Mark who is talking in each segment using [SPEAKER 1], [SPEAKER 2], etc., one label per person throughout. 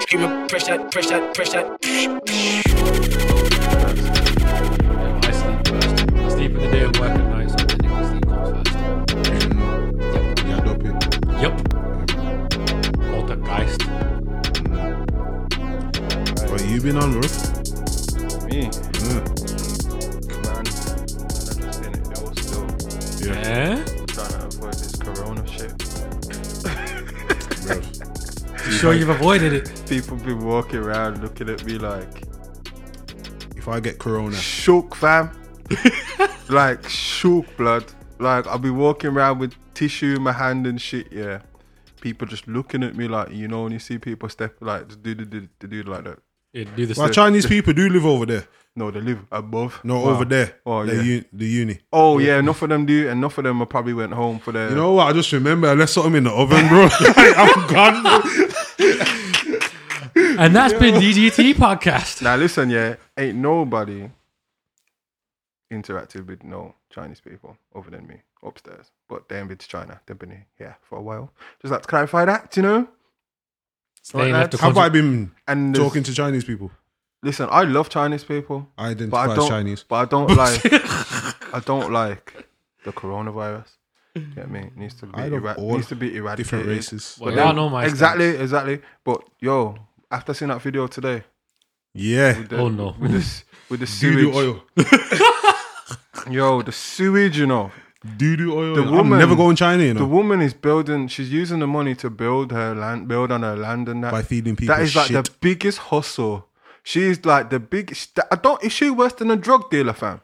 [SPEAKER 1] Screaming, press that, press that, press that.
[SPEAKER 2] I sleep first. I sleep in the day and work at night, so I technically sleep on first.
[SPEAKER 3] Ja, doppelt.
[SPEAKER 2] Yep. Poltergeist.
[SPEAKER 3] What you been on, Russ?
[SPEAKER 4] Me,
[SPEAKER 3] Yeah.
[SPEAKER 4] man. I'm just in it ill still.
[SPEAKER 3] Yeah.
[SPEAKER 2] Eh?
[SPEAKER 4] Trying to avoid this corona shit.
[SPEAKER 3] bro.
[SPEAKER 2] Sure, you've avoided it.
[SPEAKER 4] People be walking around looking at me like,
[SPEAKER 3] If I get corona,
[SPEAKER 4] shook, fam. like, shook, blood. Like, I'll be walking around with tissue in my hand and shit, yeah. People just looking at me like, you know, when you see people step, like, just do, do, do, do, do like that.
[SPEAKER 2] Yeah, do this.
[SPEAKER 3] well, Chinese people do live over there.
[SPEAKER 4] No, they live above.
[SPEAKER 3] No,
[SPEAKER 4] Wow.
[SPEAKER 3] over there.
[SPEAKER 4] Oh,
[SPEAKER 3] the,
[SPEAKER 4] yeah.
[SPEAKER 3] u- the uni.
[SPEAKER 4] Oh, yeah, enough of them do, and enough of them probably went home for their.
[SPEAKER 3] You know what? I just remember I left something in the oven, bro. Like, I'm gone.
[SPEAKER 2] and that's been DGT podcast.
[SPEAKER 4] Now listen, yeah, ain't nobody interacted with no Chinese people other than me upstairs. But they ain't been to China. They've been here for a while. Just like to clarify that, you know.
[SPEAKER 2] They left the
[SPEAKER 3] Have
[SPEAKER 2] country.
[SPEAKER 3] I been
[SPEAKER 4] And there's-
[SPEAKER 3] talking to Chinese people?
[SPEAKER 4] Listen, I love Chinese people,
[SPEAKER 3] I
[SPEAKER 4] but
[SPEAKER 3] identify
[SPEAKER 4] I
[SPEAKER 3] as
[SPEAKER 4] don't.
[SPEAKER 3] Chinese.
[SPEAKER 4] But I don't like. I don't like the coronavirus. Get me? It needs to be
[SPEAKER 3] I love
[SPEAKER 4] erad-
[SPEAKER 3] all
[SPEAKER 4] needs to be eradicated.
[SPEAKER 3] Different races.
[SPEAKER 2] Well,
[SPEAKER 4] But
[SPEAKER 2] y'all
[SPEAKER 4] then-
[SPEAKER 2] know my
[SPEAKER 4] exactly,
[SPEAKER 2] stance.
[SPEAKER 4] exactly. But yo, after seeing that video today,
[SPEAKER 3] Yeah.
[SPEAKER 4] with the,
[SPEAKER 2] Oh, no.
[SPEAKER 4] with this with the
[SPEAKER 3] Doo
[SPEAKER 4] sewage,
[SPEAKER 3] doo oil.
[SPEAKER 4] yo, the sewage, you know.
[SPEAKER 3] Doo doo oil.
[SPEAKER 4] The
[SPEAKER 3] I'm
[SPEAKER 4] woman-
[SPEAKER 3] never going China, you know,
[SPEAKER 4] The woman is building. She's using the money to build her land, build on her land, and that.
[SPEAKER 3] by feeding people
[SPEAKER 4] that is like
[SPEAKER 3] shit.
[SPEAKER 4] the biggest hustle. She's like the biggest. I don't. Is she worse than a drug dealer, fam?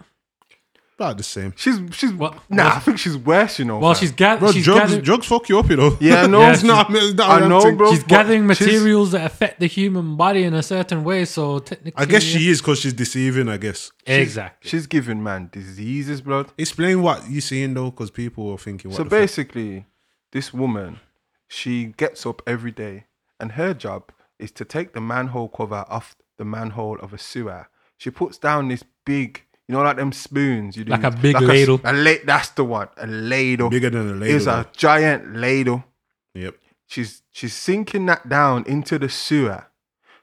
[SPEAKER 3] About the same.
[SPEAKER 4] She's she's.
[SPEAKER 2] What-
[SPEAKER 4] nah,
[SPEAKER 2] what-
[SPEAKER 4] I think she's worse. You know.
[SPEAKER 2] Well,
[SPEAKER 4] fam.
[SPEAKER 2] she's, ga-
[SPEAKER 3] Bro,
[SPEAKER 2] she's
[SPEAKER 3] drugs,
[SPEAKER 2] gathering,
[SPEAKER 3] drugs fuck you up, you know.
[SPEAKER 4] Yeah, no,
[SPEAKER 2] Yeah,
[SPEAKER 3] it's not. It's not
[SPEAKER 4] I know,
[SPEAKER 3] thing.
[SPEAKER 4] bro.
[SPEAKER 2] she's
[SPEAKER 4] but
[SPEAKER 2] gathering
[SPEAKER 4] she's-
[SPEAKER 2] materials that affect the human body in a certain way. So technically,
[SPEAKER 3] I guess she is because she's deceiving. I guess.
[SPEAKER 2] exactly.
[SPEAKER 4] She's giving man diseases, blood.
[SPEAKER 3] Explain what you're seeing though, because people are thinking. What
[SPEAKER 4] so
[SPEAKER 3] the fuck?
[SPEAKER 4] basically, this woman, she gets up every day, and her job is to take the manhole cover off the manhole of a sewer. She puts down this big, you know, like them spoons. You do,
[SPEAKER 2] Like a big ladle.
[SPEAKER 4] A, la- that's the one. A ladle.
[SPEAKER 3] bigger than a lady.
[SPEAKER 4] It's a giant ladle.
[SPEAKER 3] Yep.
[SPEAKER 4] She's she's sinking that down into the sewer,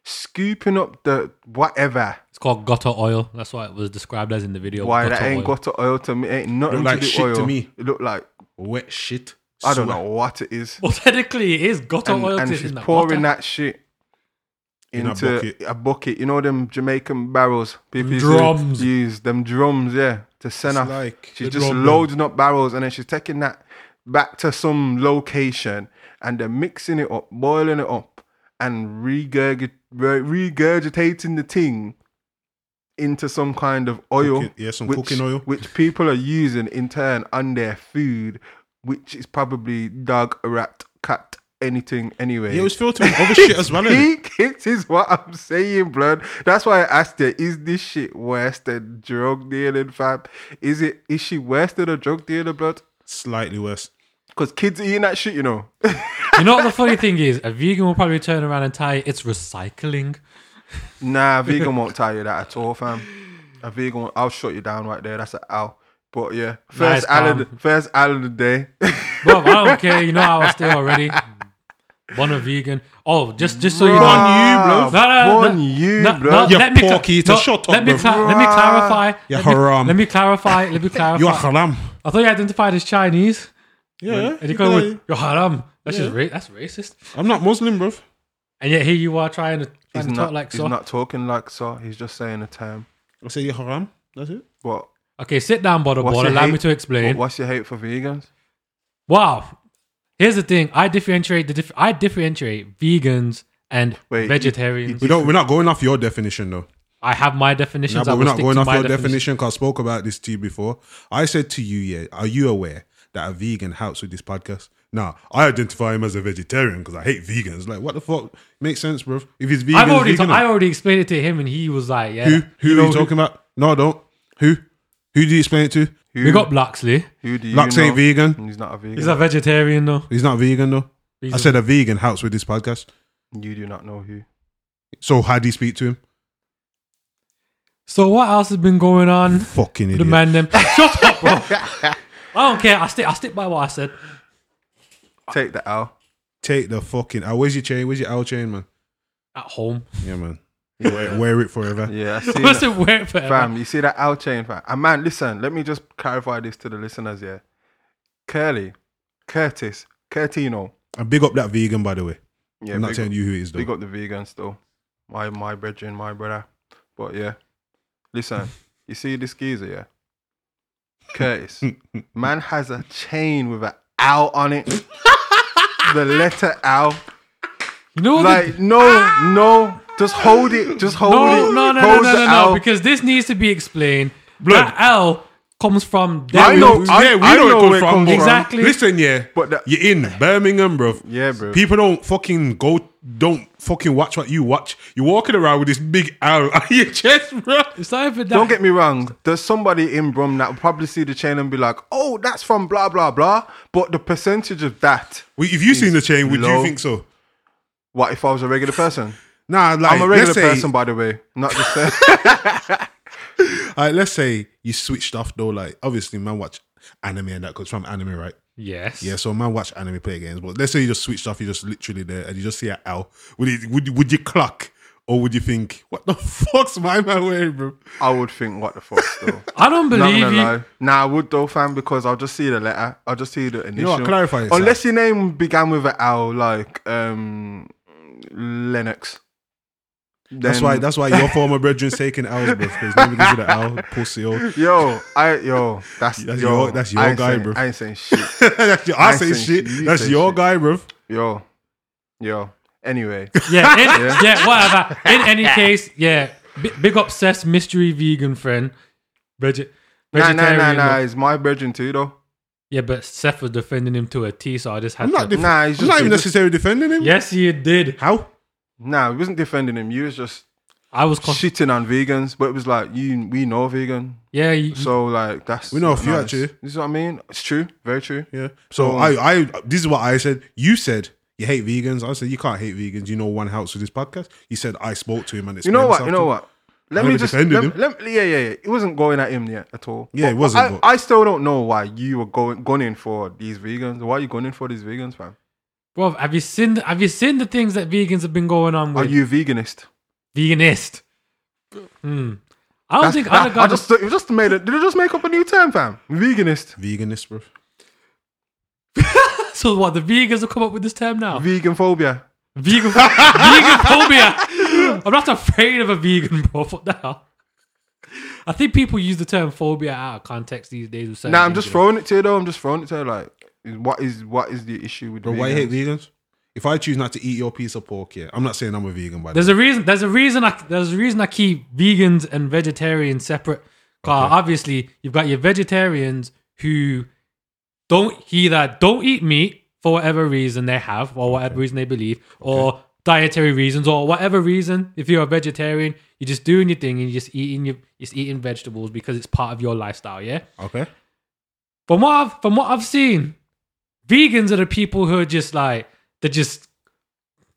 [SPEAKER 4] scooping up the whatever.
[SPEAKER 2] It's called gutter oil. That's why it was described as in the video.
[SPEAKER 4] Why that
[SPEAKER 2] gutter
[SPEAKER 4] ain't
[SPEAKER 2] oil.
[SPEAKER 4] got to oil to me? Ain't nothing
[SPEAKER 3] like
[SPEAKER 4] to do
[SPEAKER 3] shit
[SPEAKER 4] oil.
[SPEAKER 3] to me.
[SPEAKER 4] It look like
[SPEAKER 3] Wet shit.
[SPEAKER 4] I don't
[SPEAKER 3] Sweat.
[SPEAKER 4] know what it is.
[SPEAKER 2] Well, technically, it is gutter
[SPEAKER 4] and,
[SPEAKER 2] oil.
[SPEAKER 4] and
[SPEAKER 2] to-
[SPEAKER 4] she's
[SPEAKER 2] in that water.
[SPEAKER 4] pouring that shit
[SPEAKER 3] In a
[SPEAKER 4] into a
[SPEAKER 3] bucket.
[SPEAKER 4] bucket. You know them Jamaican barrels. People used to
[SPEAKER 2] Drums.
[SPEAKER 4] Use them drums, yeah, to send
[SPEAKER 3] It's
[SPEAKER 4] off.
[SPEAKER 3] like
[SPEAKER 4] she's
[SPEAKER 3] the
[SPEAKER 4] just
[SPEAKER 3] drum
[SPEAKER 4] loading up barrels, and then she's taking that back to some location, and they're mixing it up, boiling it up, and regurgit- re- regurgitating the thing into some kind of oil.
[SPEAKER 3] Cooking- yeah, some cooking oil.
[SPEAKER 4] which people are using in turn on their food, which is probably dog, rat, cat, anything, anyway.
[SPEAKER 3] Yeah, it was filtered with other shit as well. innit?
[SPEAKER 4] He kicked is what I'm saying, blood. That's why I asked her, is this shit worse than drug dealing, fam? Is it is she worse than a drug dealer, blood?
[SPEAKER 3] Slightly worse.
[SPEAKER 4] Because kids eating that shit, you know.
[SPEAKER 2] You know what the funny thing is? A vegan will probably turn around and tie it. It's recycling.
[SPEAKER 4] nah, vegan won't tell you that at all, fam. A vegan won't, I'll shut you down right there. That's an ow. But yeah.
[SPEAKER 2] Nice,
[SPEAKER 4] First al of
[SPEAKER 2] fam.
[SPEAKER 4] the, first al of the day.
[SPEAKER 2] Bro, I don't care. You know how I stay already. One a vegan. Oh, just just so you
[SPEAKER 4] Bruh.
[SPEAKER 2] know.
[SPEAKER 3] On you,
[SPEAKER 4] Ah,
[SPEAKER 3] bro.
[SPEAKER 2] No, no, no,
[SPEAKER 4] One
[SPEAKER 2] no,
[SPEAKER 4] you,
[SPEAKER 2] no,
[SPEAKER 4] bro.
[SPEAKER 2] no,
[SPEAKER 3] You
[SPEAKER 2] let me cla-
[SPEAKER 3] porky eater.
[SPEAKER 2] no,
[SPEAKER 3] Shut up,
[SPEAKER 2] let me
[SPEAKER 3] bro.
[SPEAKER 2] cla- let me clarify.
[SPEAKER 3] You
[SPEAKER 2] let, me,
[SPEAKER 3] haram.
[SPEAKER 2] let me clarify. Let me clarify.
[SPEAKER 3] You are haram.
[SPEAKER 2] I thought you identified as Chinese.
[SPEAKER 3] Yeah.
[SPEAKER 2] And
[SPEAKER 3] you
[SPEAKER 2] you call
[SPEAKER 3] know,
[SPEAKER 2] me, you're haram. That's just ra- that's racist.
[SPEAKER 3] I'm not Muslim, bro.
[SPEAKER 2] And yet here you are trying to, trying
[SPEAKER 4] He's
[SPEAKER 2] to
[SPEAKER 4] not,
[SPEAKER 2] talk like
[SPEAKER 4] he's
[SPEAKER 2] so.
[SPEAKER 4] not talking like so. He's just saying a term.
[SPEAKER 3] I say you haram. That's it.
[SPEAKER 4] But
[SPEAKER 2] Okay, sit down, brother.
[SPEAKER 4] what's
[SPEAKER 2] boy.
[SPEAKER 4] your
[SPEAKER 2] Allow me
[SPEAKER 4] hate-
[SPEAKER 2] to explain.
[SPEAKER 4] What's your hate for vegans?
[SPEAKER 2] Wow. Here's the thing. I differentiate the diff- I differentiate vegans and
[SPEAKER 4] Wait, you-
[SPEAKER 2] vegetarians.
[SPEAKER 3] We don't. We're not going off your definition though.
[SPEAKER 2] I have my
[SPEAKER 3] Nah,
[SPEAKER 2] definitions. I
[SPEAKER 3] but
[SPEAKER 2] will
[SPEAKER 3] we're not
[SPEAKER 2] stick
[SPEAKER 3] going
[SPEAKER 2] to
[SPEAKER 3] off
[SPEAKER 2] my
[SPEAKER 3] your definition because I spoke about this to you before. I said to you, yeah, are you aware that a vegan helps with this podcast? Nah, I identify him as a vegetarian because I hate vegans. Like, what the fuck? Makes sense, bro. If he's vegan,
[SPEAKER 2] I've already
[SPEAKER 3] he's vegan.
[SPEAKER 2] ta- I already explained it to him, and he was like, "Yeah,
[SPEAKER 3] who? Who
[SPEAKER 2] know
[SPEAKER 3] are you talking about? No, I don't. Who? Who do you explain it to?
[SPEAKER 4] Who,
[SPEAKER 2] We got Blaxley.
[SPEAKER 4] who do you
[SPEAKER 3] Lux
[SPEAKER 4] know?
[SPEAKER 3] ain't vegan.
[SPEAKER 4] He's not a vegan.
[SPEAKER 2] He's a vegetarian though.
[SPEAKER 3] He's not vegan though.
[SPEAKER 2] He's
[SPEAKER 3] I said a vegan helps with this podcast.
[SPEAKER 4] you do not know who.
[SPEAKER 3] So how do you speak to him?
[SPEAKER 2] So what else has been going on?
[SPEAKER 3] Fucking
[SPEAKER 2] The
[SPEAKER 3] idiot.
[SPEAKER 2] man them. Shut up, bro. I don't care. I stick. I stick by what I said.
[SPEAKER 4] Take the L.
[SPEAKER 3] Take the fucking. Uh, where's your chain? Where's your L chain, man?
[SPEAKER 2] at home.
[SPEAKER 3] Yeah, man. Wear, wear it forever.
[SPEAKER 4] Yeah, I see.
[SPEAKER 2] I
[SPEAKER 4] that.
[SPEAKER 2] said wear it forever.
[SPEAKER 4] Fam, you see that out chain, fam. And man, listen, let me just clarify this to the listeners here. Curly, Curtis, Curtino.
[SPEAKER 3] And big up that vegan, by the way.
[SPEAKER 4] Yeah,
[SPEAKER 3] I'm not
[SPEAKER 4] big
[SPEAKER 3] telling
[SPEAKER 4] up,
[SPEAKER 3] you who it is, though.
[SPEAKER 4] Big up the vegan still. My my brethren, my brother. But yeah. Listen, you see this geezer, yeah? Curtis. man has a chain with an owl on it. the letter owl.
[SPEAKER 2] you know what? the-
[SPEAKER 4] Like, no, no. Just hold it. Just hold
[SPEAKER 2] no,
[SPEAKER 4] it.
[SPEAKER 2] no, no, no, no,
[SPEAKER 4] Hold the
[SPEAKER 2] no, no,
[SPEAKER 4] owl.
[SPEAKER 2] because this needs to be explained.
[SPEAKER 3] Blood.
[SPEAKER 2] That L comes from
[SPEAKER 4] I
[SPEAKER 2] them.
[SPEAKER 4] know- I-
[SPEAKER 3] yeah, we
[SPEAKER 4] I
[SPEAKER 3] know,
[SPEAKER 4] know
[SPEAKER 3] it comes
[SPEAKER 4] where
[SPEAKER 3] from.
[SPEAKER 4] it comes
[SPEAKER 3] bro.
[SPEAKER 2] from. Exactly.
[SPEAKER 3] Listen, yeah,
[SPEAKER 4] But that-
[SPEAKER 3] you're in Birmingham, bro.
[SPEAKER 4] Yeah, bro.
[SPEAKER 3] People don't fucking go, don't fucking watch what you watch. You're walking around with this big arrow on your chest, bro.
[SPEAKER 2] It's not even that.
[SPEAKER 4] Don't get me wrong. There's somebody in Brum that will probably see the chain and be like, "Oh, that's from blah blah blah." But the percentage of that,
[SPEAKER 3] Well, If you seen the chain, would
[SPEAKER 4] low.
[SPEAKER 3] you think so?
[SPEAKER 4] what if I was a regular person?
[SPEAKER 3] Nah, like
[SPEAKER 4] I'm a regular
[SPEAKER 3] let's say,
[SPEAKER 4] person, by the way. Not just a-
[SPEAKER 3] alright, let's say you switched off though. Like obviously, man, watch anime and that because from anime, right?
[SPEAKER 2] Yes.
[SPEAKER 3] Yeah, so man, watch anime play games. But let's say you just switched off, you just literally there, and you just see an owl. Would it? Would would you clock? Or would you think, what the fuck's my man wearing, bro?
[SPEAKER 4] I would think, "What the fuck?" Though.
[SPEAKER 2] I don't
[SPEAKER 4] Not
[SPEAKER 2] believe
[SPEAKER 4] gonna
[SPEAKER 2] you.
[SPEAKER 4] lie. Nah, I would though, fam, because I'll just see the letter. I'll just see the initial.
[SPEAKER 3] know what, clarify this,
[SPEAKER 4] Unless your name began with an L, like um, Lennox.
[SPEAKER 3] That's
[SPEAKER 4] Then-
[SPEAKER 3] why. That's why your former brethren's taking owls, bro. Because nobody gives you the owl, pussy. Oh.
[SPEAKER 4] Yo, I yo, that's,
[SPEAKER 3] That's
[SPEAKER 4] yo,
[SPEAKER 3] your- that's your
[SPEAKER 4] I ain't
[SPEAKER 3] guy,
[SPEAKER 4] saying-
[SPEAKER 3] bruv.
[SPEAKER 4] I ain't saying shit.
[SPEAKER 3] that's your, I,
[SPEAKER 4] I
[SPEAKER 3] say
[SPEAKER 4] say
[SPEAKER 3] shit.
[SPEAKER 4] shit, you
[SPEAKER 3] That's
[SPEAKER 4] say
[SPEAKER 3] your
[SPEAKER 4] shit.
[SPEAKER 3] guy, bro.
[SPEAKER 4] Yo, yo. Anyway,
[SPEAKER 2] Yeah, in,
[SPEAKER 4] Yeah.
[SPEAKER 2] yeah. whatever. In any case, yeah. B- big obsessed mystery vegan friend. Veget-
[SPEAKER 4] nah, nah, nah,
[SPEAKER 2] vegetarian
[SPEAKER 4] nah.
[SPEAKER 2] look.
[SPEAKER 4] It's my brethren too, though.
[SPEAKER 2] Yeah, but Seth was defending him to a T, so I just had
[SPEAKER 3] I'm not.
[SPEAKER 2] to.
[SPEAKER 3] Def-
[SPEAKER 4] Nah, he's
[SPEAKER 3] I'm
[SPEAKER 4] just-
[SPEAKER 3] not even
[SPEAKER 4] he's just-
[SPEAKER 3] necessarily defending him.
[SPEAKER 2] yes, you did.
[SPEAKER 3] How?
[SPEAKER 4] Nah, we wasn't defending him. You was just
[SPEAKER 2] I was. Con-
[SPEAKER 4] shitting on vegans, but it was like you, we know vegan,
[SPEAKER 2] yeah, you,
[SPEAKER 4] so like that's
[SPEAKER 3] We know a
[SPEAKER 4] not
[SPEAKER 3] few,
[SPEAKER 4] nice.
[SPEAKER 3] actually.
[SPEAKER 4] This is what I mean. It's true, very true.
[SPEAKER 3] Yeah. So
[SPEAKER 4] Um,
[SPEAKER 3] I, I. This is what I said. You said you hate vegans. I said you can't hate vegans. You know one house with this podcast. You said I spoke to him and it's.
[SPEAKER 4] You know what? You know what? Let
[SPEAKER 3] Never
[SPEAKER 4] me just.
[SPEAKER 3] defended
[SPEAKER 4] Let,
[SPEAKER 3] him.
[SPEAKER 4] let- yeah, yeah, yeah. It wasn't going at him yet at all.
[SPEAKER 3] Yeah, it wasn't,
[SPEAKER 4] I,
[SPEAKER 3] but-
[SPEAKER 4] I still don't know why you were going gunning for these vegans. Why are you gunning for these vegans, fam?
[SPEAKER 2] bro. Have you seen? The, have you seen the things that vegans have been going on
[SPEAKER 4] Are
[SPEAKER 2] with?
[SPEAKER 4] you a veganist?
[SPEAKER 2] veganist? Hmm. I don't
[SPEAKER 4] That's-
[SPEAKER 2] think
[SPEAKER 4] that-
[SPEAKER 2] other
[SPEAKER 4] I
[SPEAKER 2] guys.
[SPEAKER 4] just, you just made it. Did you just make up a new term, fam? Veganist.
[SPEAKER 3] Veganist, bro.
[SPEAKER 2] So what? The vegans have come up with this term now.
[SPEAKER 4] Vegan phobia.
[SPEAKER 2] vegan, vegan phobia. I'm not afraid of a vegan, bro. What the hell? I think people use the term phobia out of context these days. with certain
[SPEAKER 4] Nah, I'm
[SPEAKER 2] things,
[SPEAKER 4] just
[SPEAKER 2] you know.
[SPEAKER 4] throwing it to you though. I'm just throwing it to you. Like, is- what is what is the issue with
[SPEAKER 3] Bro, why you hate
[SPEAKER 4] vegans?
[SPEAKER 3] vegans? If I choose not to eat your piece of pork, yeah, I'm not saying I'm a vegan. By the way,
[SPEAKER 2] There's a reason. There's a reason. I, there's a reason I keep vegans and vegetarians separate. Car, obviously, you've got your vegetarians who don't either don't eat meat for whatever reason they have or whatever reason they believe or dietary reasons or whatever reason. If you're a vegetarian, you're just doing your thing and you're just eating your just eating vegetables because it's part of your lifestyle. Yeah.
[SPEAKER 3] okay.
[SPEAKER 2] From what I've, from what I've seen, vegans are the people who are just like they're just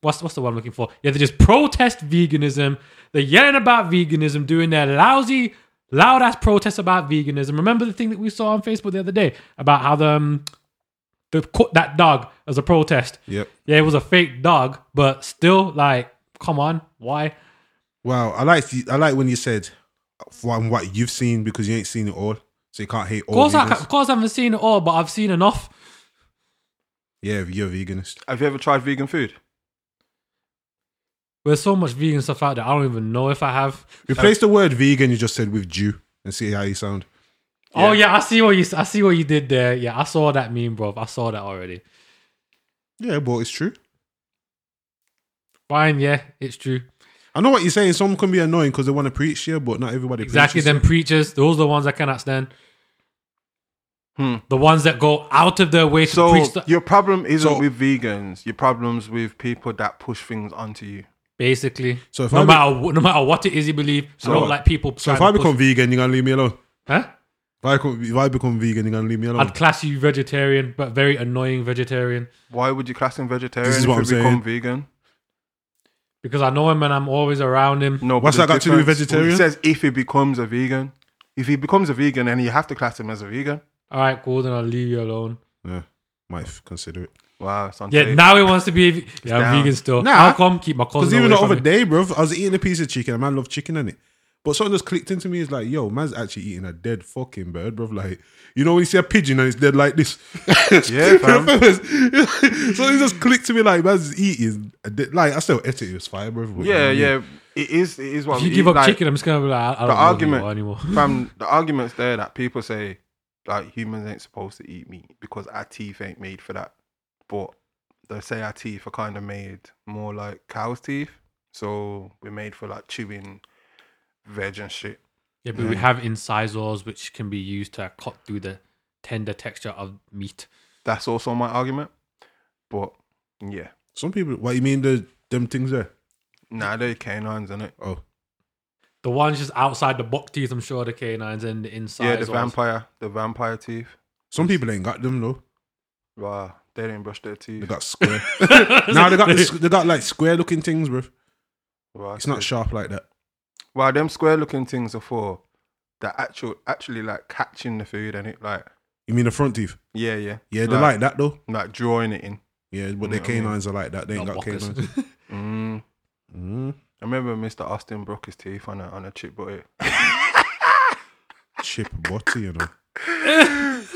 [SPEAKER 2] what's what's the one I'm looking for? Yeah, they just protest veganism. They're yelling about veganism, doing their lousy, loud ass protests about veganism. Remember the thing that we saw on Facebook the other day about how the um, they cut that dog as a protest.
[SPEAKER 3] Yep.
[SPEAKER 2] Yeah, it was a fake dog, but still, like, come on, why?
[SPEAKER 3] Wow, I like I like when you said from what you've seen because you ain't seen it all, so you can't hate
[SPEAKER 2] Of
[SPEAKER 3] all.
[SPEAKER 2] course, I,
[SPEAKER 3] Vegans.
[SPEAKER 2] ca- of course, I haven't seen it all, but I've seen enough.
[SPEAKER 3] Yeah, you're a veganist.
[SPEAKER 4] Have you ever tried vegan food?
[SPEAKER 2] There's so much vegan stuff out there. I don't even know if I have.
[SPEAKER 3] Replace the word vegan you just said with Jew and see how you sound.
[SPEAKER 2] Oh yeah, I see what you I see what you did there. Yeah, I saw that meme, bro. I saw that already.
[SPEAKER 3] Yeah, but it's true.
[SPEAKER 2] Fine, yeah, it's true.
[SPEAKER 3] I know what you're saying. Some can be annoying because they want to preach here, but not everybody
[SPEAKER 2] Exactly,
[SPEAKER 3] preaches.
[SPEAKER 2] them preachers, those are the ones I cannot stand.
[SPEAKER 4] Hmm.
[SPEAKER 2] The ones that go out of their way to
[SPEAKER 4] So
[SPEAKER 2] preach the,
[SPEAKER 4] your problem isn't
[SPEAKER 3] So-
[SPEAKER 4] with vegans. Your problem's with people that push things onto you.
[SPEAKER 2] basically. So
[SPEAKER 3] So if
[SPEAKER 2] no
[SPEAKER 3] I be-
[SPEAKER 2] matter wh- no matter what it is you believe, I
[SPEAKER 3] what?
[SPEAKER 2] don't like people.
[SPEAKER 3] So if I
[SPEAKER 2] trying to
[SPEAKER 3] become
[SPEAKER 2] push-
[SPEAKER 3] vegan, you're gonna leave me alone.
[SPEAKER 2] huh?
[SPEAKER 3] If I, become, if I become vegan, you're gonna leave me alone.
[SPEAKER 2] I'd class you vegetarian, but very annoying vegetarian.
[SPEAKER 4] Why would you class him vegetarian
[SPEAKER 3] This is
[SPEAKER 4] if
[SPEAKER 3] what
[SPEAKER 4] you
[SPEAKER 3] I'm saying.
[SPEAKER 4] become vegan?
[SPEAKER 2] Because I know him and I'm always around him.
[SPEAKER 4] No, but
[SPEAKER 3] What's
[SPEAKER 4] the
[SPEAKER 3] that got to do with
[SPEAKER 4] difference-
[SPEAKER 3] vegetarian?
[SPEAKER 4] It says if he becomes a vegan. If he becomes a vegan, then you have to class him as a vegan.
[SPEAKER 2] All right, cool, then I'll leave you alone.
[SPEAKER 3] yeah, might f- consider it.
[SPEAKER 4] Wow, it's on
[SPEAKER 2] Yeah,
[SPEAKER 4] tape.
[SPEAKER 2] now it wants to be yeah,
[SPEAKER 4] down.
[SPEAKER 2] vegan still.
[SPEAKER 3] Nah.
[SPEAKER 2] How come keep my
[SPEAKER 3] Because
[SPEAKER 2] cousin
[SPEAKER 3] even
[SPEAKER 2] away
[SPEAKER 3] the
[SPEAKER 2] from
[SPEAKER 3] other
[SPEAKER 2] it?
[SPEAKER 3] day, bro, I was eating a piece of chicken. and man loved chicken in it. But something just clicked into me. It's like, yo, man's actually eating a dead fucking bird, bro. Like, you know when you see a pigeon and it's dead like this.
[SPEAKER 4] Yeah, fam.
[SPEAKER 3] so it just clicked to me like, man's eating. A dead, like, I still ate it. It was fire, bro. but you know what
[SPEAKER 4] Yeah,
[SPEAKER 3] I mean?
[SPEAKER 4] yeah. It is. It is what
[SPEAKER 2] If
[SPEAKER 4] we
[SPEAKER 2] you give
[SPEAKER 4] eat,
[SPEAKER 2] up
[SPEAKER 4] like,
[SPEAKER 2] chicken, I'm just gonna be like, I, I don't
[SPEAKER 4] the
[SPEAKER 2] know
[SPEAKER 4] argument
[SPEAKER 2] anymore.
[SPEAKER 4] from the arguments there that people say like humans ain't supposed to eat meat because our teeth ain't made for that. But they say our teeth are kind of made more like cow's teeth, so we're made for like chewing veg and shit.
[SPEAKER 2] Yeah, but we have incisors which can be used to cut through the tender texture of meat.
[SPEAKER 4] That's also my argument. But yeah,
[SPEAKER 3] Some people, what you mean, the them things there?
[SPEAKER 4] nah, they're canines, is it?
[SPEAKER 3] Oh,
[SPEAKER 2] The ones just outside the buck teeth, I'm sure the canines and the incisors.
[SPEAKER 4] Yeah, the vampire, the vampire teeth.
[SPEAKER 3] some people ain't got them, though.
[SPEAKER 4] Wow, they didn't brush their
[SPEAKER 3] They
[SPEAKER 4] teeth.
[SPEAKER 3] got square. now they got this, they got like square looking things, bro.
[SPEAKER 4] Wow,
[SPEAKER 3] It's not
[SPEAKER 4] good.
[SPEAKER 3] sharp like that.
[SPEAKER 4] Well, them square looking things are for the actual, actually like catching the food and it like,
[SPEAKER 3] You mean the front teeth?
[SPEAKER 4] yeah, yeah,
[SPEAKER 3] Yeah, they're like that though.
[SPEAKER 4] like drawing it in.
[SPEAKER 3] Yeah, but their
[SPEAKER 4] Yeah, I mean-
[SPEAKER 3] canines are like that. They ain't
[SPEAKER 2] Not
[SPEAKER 3] got
[SPEAKER 2] buckers.
[SPEAKER 3] canines.
[SPEAKER 4] Mm.
[SPEAKER 3] Mm.
[SPEAKER 4] I remember Mr. Austin broke his teeth on a on a chip butter.
[SPEAKER 3] Chip body, you know.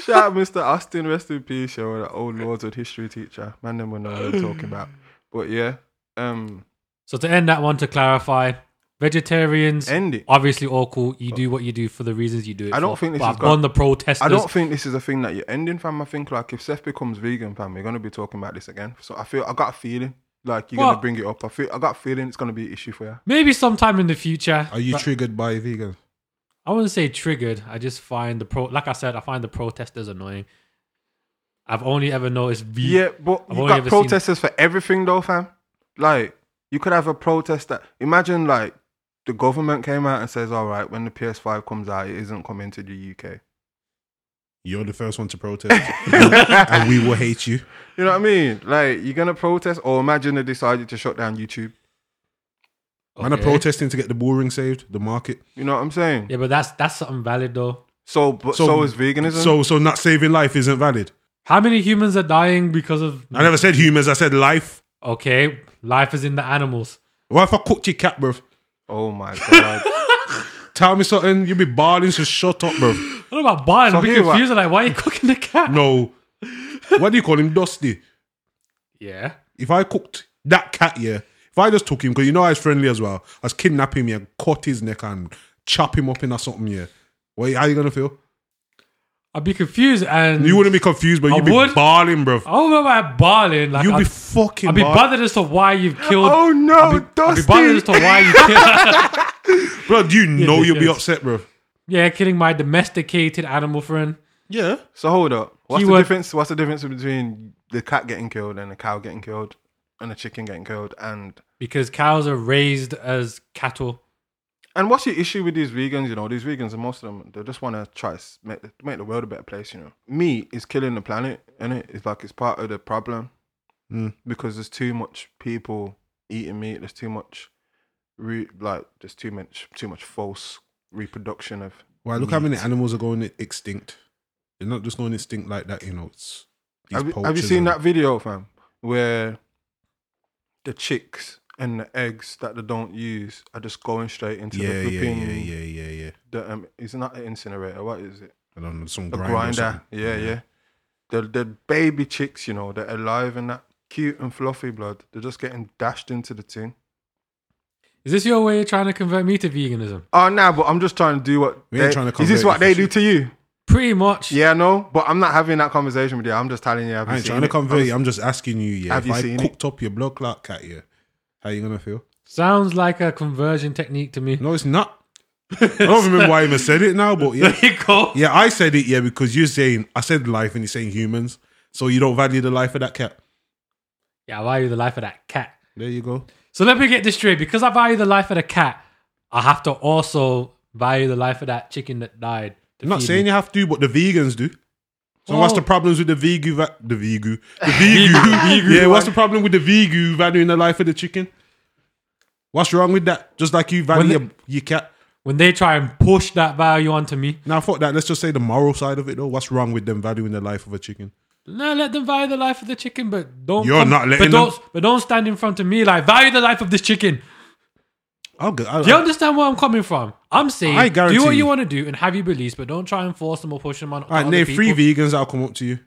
[SPEAKER 4] Shout out Mr. Austin, rest in peace, yo, the old Lordswood history teacher. Man, them will know what I'm talking about. But yeah, um,
[SPEAKER 2] So to end that one, to clarify, vegetarians
[SPEAKER 4] end it.
[SPEAKER 2] obviously all cool. You do what you do for the reasons you do. It
[SPEAKER 4] I don't
[SPEAKER 2] for.
[SPEAKER 4] think this
[SPEAKER 2] But
[SPEAKER 4] has
[SPEAKER 2] I've
[SPEAKER 4] got-
[SPEAKER 2] gone the protesters.
[SPEAKER 4] I don't think this is a thing that you're ending, fam. I think like if Seth becomes vegan, fam, we're gonna be talking about this again. So I feel I got a feeling like you're
[SPEAKER 2] What?
[SPEAKER 4] gonna bring it up. I feel I got a feeling it's gonna be an issue for you.
[SPEAKER 2] Maybe sometime in the future.
[SPEAKER 3] Are you
[SPEAKER 2] but
[SPEAKER 3] triggered by vegan?
[SPEAKER 2] I wouldn't say triggered. I just find the pro. Like I said, I find the protesters annoying. I've only ever noticed. Ve-
[SPEAKER 4] Yeah, but
[SPEAKER 2] I've
[SPEAKER 4] you
[SPEAKER 2] only
[SPEAKER 4] got
[SPEAKER 2] ever seen-
[SPEAKER 4] protesters for everything though, fam. Like you could have a protest that imagine like the government came out and says, "All right, when the PS5 comes out, it isn't coming to the UK."
[SPEAKER 3] You're the first one to protest, and we will hate you.
[SPEAKER 4] You know what I mean? Like you're gonna protest, or imagine they decided to shut down YouTube.
[SPEAKER 3] Man are
[SPEAKER 2] Okay.
[SPEAKER 3] protesting to get the boring saved, the market.
[SPEAKER 4] You know what I'm saying?
[SPEAKER 2] Yeah, but that's that's something valid though.
[SPEAKER 4] So, but so, is veganism.
[SPEAKER 3] So, so not saving life isn't valid.
[SPEAKER 2] How many humans are dying because of?
[SPEAKER 3] I never said humans. I said life.
[SPEAKER 2] Okay, life is in the animals.
[SPEAKER 3] What if I cooked your cat, bro?
[SPEAKER 4] oh my god.
[SPEAKER 3] Tell me something. You'll be bawling. So shut up, bro.
[SPEAKER 2] What about Barn?
[SPEAKER 4] So
[SPEAKER 2] I'm a bit
[SPEAKER 4] here, what-
[SPEAKER 2] confused. Like, why are you cooking the cat?
[SPEAKER 3] No. What do you call him, Dusty?
[SPEAKER 2] Yeah.
[SPEAKER 3] If I cooked that cat, yeah. If I just took him, because you know I was friendly as well. I was kidnapping him, yeah, cut his neck and chop him up in or something, yeah. Wait, how you gonna feel?
[SPEAKER 2] I'd be confused and
[SPEAKER 3] You wouldn't be confused, but
[SPEAKER 2] I
[SPEAKER 3] you'd be
[SPEAKER 2] would.
[SPEAKER 3] bawling, bro.
[SPEAKER 2] I don't know about barling. Like,
[SPEAKER 3] You'd
[SPEAKER 2] I'd,
[SPEAKER 3] be fucking.
[SPEAKER 2] I'd be
[SPEAKER 3] bawling.
[SPEAKER 2] bothered as to why you've killed.
[SPEAKER 4] oh no,
[SPEAKER 2] I'd be
[SPEAKER 4] Dusty.
[SPEAKER 2] bothered as to why you killed.
[SPEAKER 3] Bro, do you know you'll be
[SPEAKER 2] yes.
[SPEAKER 3] upset, bro?
[SPEAKER 2] yeah, killing my domesticated animal friend.
[SPEAKER 3] Yeah.
[SPEAKER 4] So hold up. What's the
[SPEAKER 2] Keyword-
[SPEAKER 4] difference? What's the difference between the cat getting killed and the cow getting killed and the chicken getting killed and
[SPEAKER 2] Because cows are raised as cattle.
[SPEAKER 4] and what's your issue with these vegans? You know, these vegans and most of them, they just want to try to s- make the, make the world a better place. You know, meat is killing the planet, and it? it's like it's part of the problem
[SPEAKER 3] Mm.
[SPEAKER 4] because there's too much people eating meat. There's too much, re, like there's too much too much false reproduction of.
[SPEAKER 3] Why? Look how many animals are going extinct. They're not just going extinct like that, you know. It's these
[SPEAKER 4] Have you, have you
[SPEAKER 3] poachers
[SPEAKER 4] seen
[SPEAKER 3] and-
[SPEAKER 4] that video, fam, where the chicks and the eggs that they don't use are just going straight into
[SPEAKER 3] Yeah,
[SPEAKER 4] the
[SPEAKER 3] yeah,
[SPEAKER 4] flipping?
[SPEAKER 3] yeah, yeah, yeah, yeah.
[SPEAKER 4] The, um, it's not the incinerator. What is it?
[SPEAKER 3] I don't know some
[SPEAKER 4] The
[SPEAKER 3] grinder. or
[SPEAKER 4] grinder.
[SPEAKER 3] something.
[SPEAKER 4] Yeah, yeah. The the baby chicks, you know, they're alive and that cute and fluffy blood. They're just getting dashed into the tin.
[SPEAKER 2] Is this your way of trying to convert me to veganism?
[SPEAKER 4] Oh nah, but I'm just trying to do what.
[SPEAKER 3] We ain't
[SPEAKER 4] they-
[SPEAKER 3] trying to
[SPEAKER 4] is this
[SPEAKER 3] convert
[SPEAKER 4] what
[SPEAKER 3] you
[SPEAKER 4] they
[SPEAKER 3] for
[SPEAKER 4] do
[SPEAKER 3] shit.
[SPEAKER 4] to you?
[SPEAKER 2] Pretty much.
[SPEAKER 4] Yeah, no. But I'm not having that conversation with you. I'm just telling you. Have you
[SPEAKER 3] I ain't
[SPEAKER 4] seen
[SPEAKER 3] trying to
[SPEAKER 4] it?
[SPEAKER 3] convert you. I'm just asking you. Yeah,
[SPEAKER 4] Have
[SPEAKER 3] if
[SPEAKER 4] you
[SPEAKER 3] I
[SPEAKER 4] seen it?
[SPEAKER 3] cooked up your blood clot cat, yeah, how you gonna feel?
[SPEAKER 2] Sounds like a conversion technique to me.
[SPEAKER 3] No, it's not. I don't remember why I even said it now, but yeah,
[SPEAKER 2] There you go.
[SPEAKER 3] yeah, I said it. Yeah, because you're saying I said life and you're saying humans, so you don't value the life of that cat.
[SPEAKER 2] Yeah, I value the life of that cat.
[SPEAKER 3] There you go.
[SPEAKER 2] So let me get this straight. Because I value the life of the cat, I have to also value the life of that chicken that died. to
[SPEAKER 3] I'm not
[SPEAKER 2] feed
[SPEAKER 3] saying
[SPEAKER 2] me.
[SPEAKER 3] you have to, but the vegans do. So what's
[SPEAKER 2] Oh.
[SPEAKER 3] the problems with the vegu? Va- the vegu. The vegu. yeah, what's the problem with the vegu valuing the life of the chicken? What's wrong with that? Just like you value
[SPEAKER 2] When the-
[SPEAKER 3] your, your cat.
[SPEAKER 2] when they try and push that value onto me.
[SPEAKER 3] Now, fuck that. Let's just say the moral side of it, though. What's wrong with them valuing the life of a chicken?
[SPEAKER 2] No, let them value the life of the chicken, but don't.
[SPEAKER 3] You're not
[SPEAKER 2] but
[SPEAKER 3] letting them-
[SPEAKER 2] don't, But don't stand in front of me like value the life of this chicken.
[SPEAKER 3] I'll go. I'll,
[SPEAKER 2] Do you understand where I'm coming from? I'm saying
[SPEAKER 3] I guarantee
[SPEAKER 2] do what
[SPEAKER 3] you.
[SPEAKER 2] you want to do and have your beliefs, but don't try and force them or push them on.
[SPEAKER 3] all right, name three vegans. I'll come up to you.